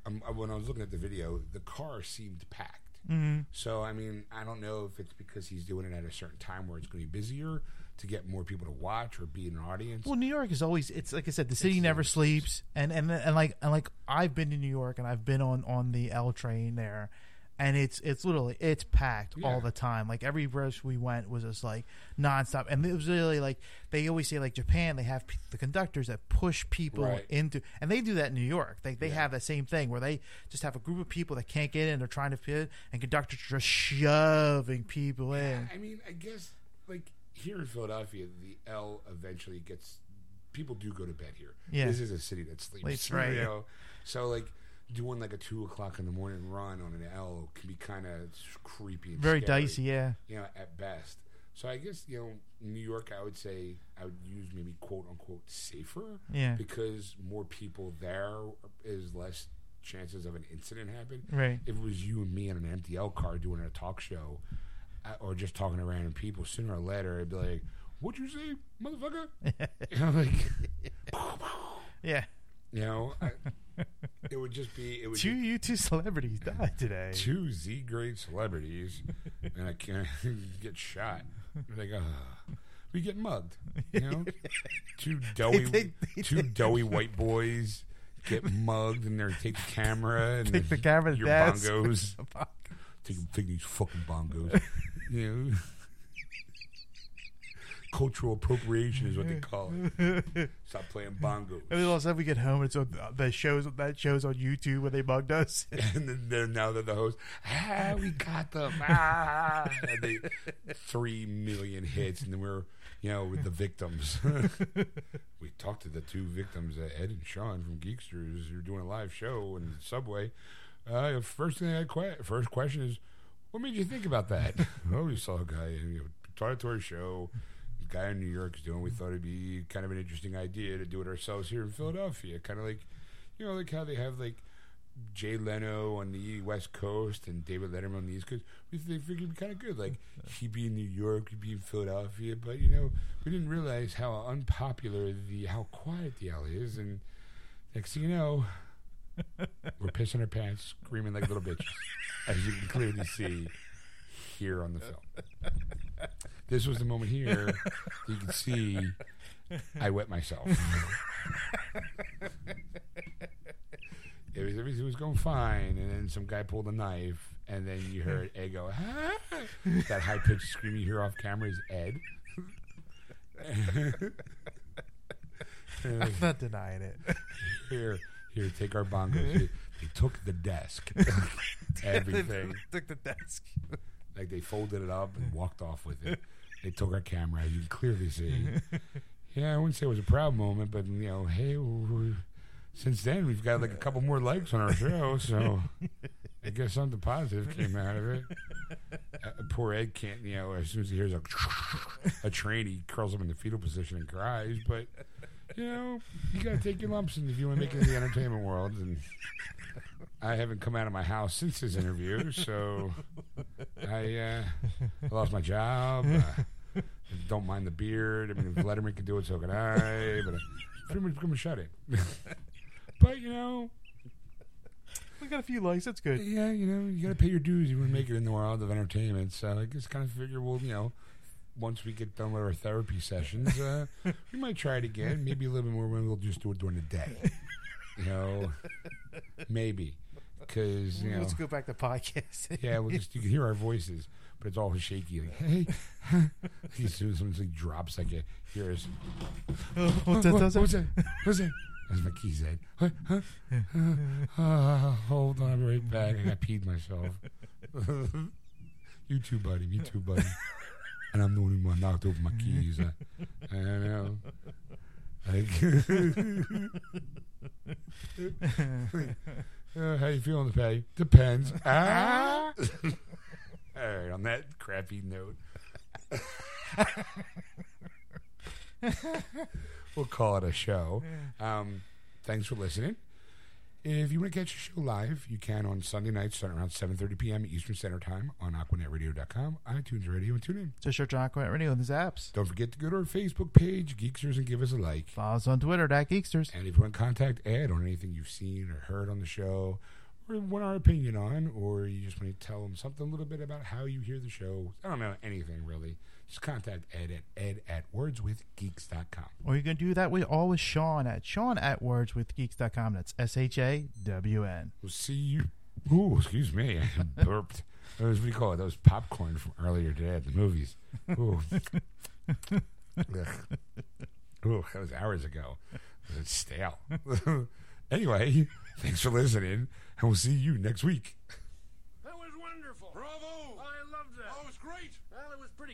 um, uh, when I was looking at the video, the car seemed packed. Mm-hmm. So I mean, I don't know if it's because he's doing it at a certain time where it's going to be busier to get more people to watch or be in an audience. Well, New York is always it's like I said, the city never sleeps, and and and like and like I've been to New York and I've been on on the L train there, and it's it's literally it's packed Yeah. all the time. Like every verse we went was just like nonstop, and it was really like they always say like Japan they have p- the conductors that push people Right. into, and they do that in New York. They they have that same thing where they just have a group of people that can't get in, they're trying to fit, and conductors are just shoving people in. I mean, I guess like here in Philadelphia, the L eventually gets people do go to bed here. Yeah. this is a city that sleeps, Sleeps, you right. know? So like doing like a two o'clock in the morning run on an L can be kind of creepy, and Very scary, dicey, yeah. you know, at best. So I guess you know New York. I would say I would use maybe quote unquote safer, Yeah. because more people there is less chances of an incident happen Right. if it was you and me in an empty L car doing a talk show uh, or just talking to random people, sooner or later, it'd be like, What'd you say, motherfucker? (laughs) you know, like, Yeah. you know I, it would just be, it would Two be you two celebrities died today. two Z grade celebrities and I can't (laughs) get shot. Like, ah, we get mugged. You (laughs) know, two doughy, take- they two doughy white boys get mugged and they take the (laughs) camera and Take the camera to your desk. bongos. Fuck. (laughs) Take, take these fucking (laughs) bongos. you know? Cultural appropriation is what they call it. (laughs) Stop playing bongos. And then all of a sudden we get home and it's on the shows that shows on YouTube when they bugged us. (laughs) (laughs) And then they're, now they're the host. Ah, we got them. Ah. And they, three million hits, and then we're, you know, with the victims. (laughs) we talked to the two victims, uh, Ed and Sean from Geeksters, who are doing a live show in the subway. Uh, the first thing I que- first question is, what made you think about that? (laughs) oh, we saw a guy, you know, started to our show. A guy in New York is doing. We thought it'd be kind of an interesting idea to do it ourselves here in Philadelphia. Kind of like, you know, like how they have like Jay Leno on the West Coast and David Letterman on the East Coast. We they figured it'd be kind of good. Like he'd be in New York, he'd be in Philadelphia, but you know, we didn't realize how unpopular the how quiet the alley is. And next thing you know, we're pissing our pants, screaming like little bitches, as you can clearly see here on the film. This was the moment here you can see I wet myself. it was everything was going fine, and then some guy pulled a knife, and then you heard Ed go, "Ah!" that high pitched scream you hear off camera is Ed. I'm not (laughs) denying it. here, here, take our bongos. They they took the desk, everything. Took the desk. Like they folded it up and walked off with it. They took our camera. as You can clearly see. Yeah, I wouldn't say it was a proud moment, but you know, hey, w- w- since then we've got like a couple more likes on our show, so I guess something positive came out of it. Uh, poor Ed can't, you know, as soon as he hears a a train, he curls up in the fetal position and cries. But you know, you got to take your lumps, and if you want to make it in the entertainment world, and I haven't come out of my house since this interview, so I uh, lost my job. Uh, don't mind the beard. I mean, if Letterman can do it, so can I. But I pretty much become a shut in. (laughs) but you know, (laughs) We got a few likes. That's good. yeah, you know, you got to pay your dues. You want to make it in the world of entertainment. So I just kind of figure, well, you know, once we get done with our therapy sessions, uh, we might try it again. Maybe a little bit more. Maybe we'll just do it during the day. You know, maybe because you know. Let's go back to podcasting. (laughs) Yeah, well, just you can hear our voices, but it's all shaky. Like, hey, (laughs) as soon as something drops, like you hear us. Oh, What that does what was it? that? What was that? That's my key said. Huh? Huh? Huh? Ah, hold on, I'm right back. I got peed myself. (laughs) you too, buddy. Me too, buddy. And I'm the one who knocked over my keys. I, I don't know. (laughs) Like, uh, how you feeling today? (laughs) Depends. Ah. All right, on that crappy note, (laughs) we'll call it a show. Um, thanks for listening. If you want to catch the show live, you can on Sunday nights starting around 7.30 p.m. Eastern Standard Time on AquanetRadio.com, iTunes Radio, and TuneIn. (laughs) So search on Aquanet Radio on these apps. Don't forget to go to our Facebook page, Geeksters, and give us a like. Follow us on Twitter, at Geeksters. And if you want to contact Ed on anything you've seen or heard on the show, or want our opinion on, or you just want to tell him something a little bit about how you hear the show, I don't know anything really, just contact Ed at ed at wordswithgeeks.com. Or you can do that with all with Sean at Sean at words with geeks.com. That's S H A W N. We'll see you. Ooh, excuse me. (laughs) I burped. That was, what do you call it? That was popcorn from earlier today at the movies. Ooh. Ugh. Ooh, that was hours ago. It's stale. (laughs) anyway, thanks for listening, and we'll see you next week. That was wonderful. Bravo! I loved that. Oh, it was great. Well, it was pretty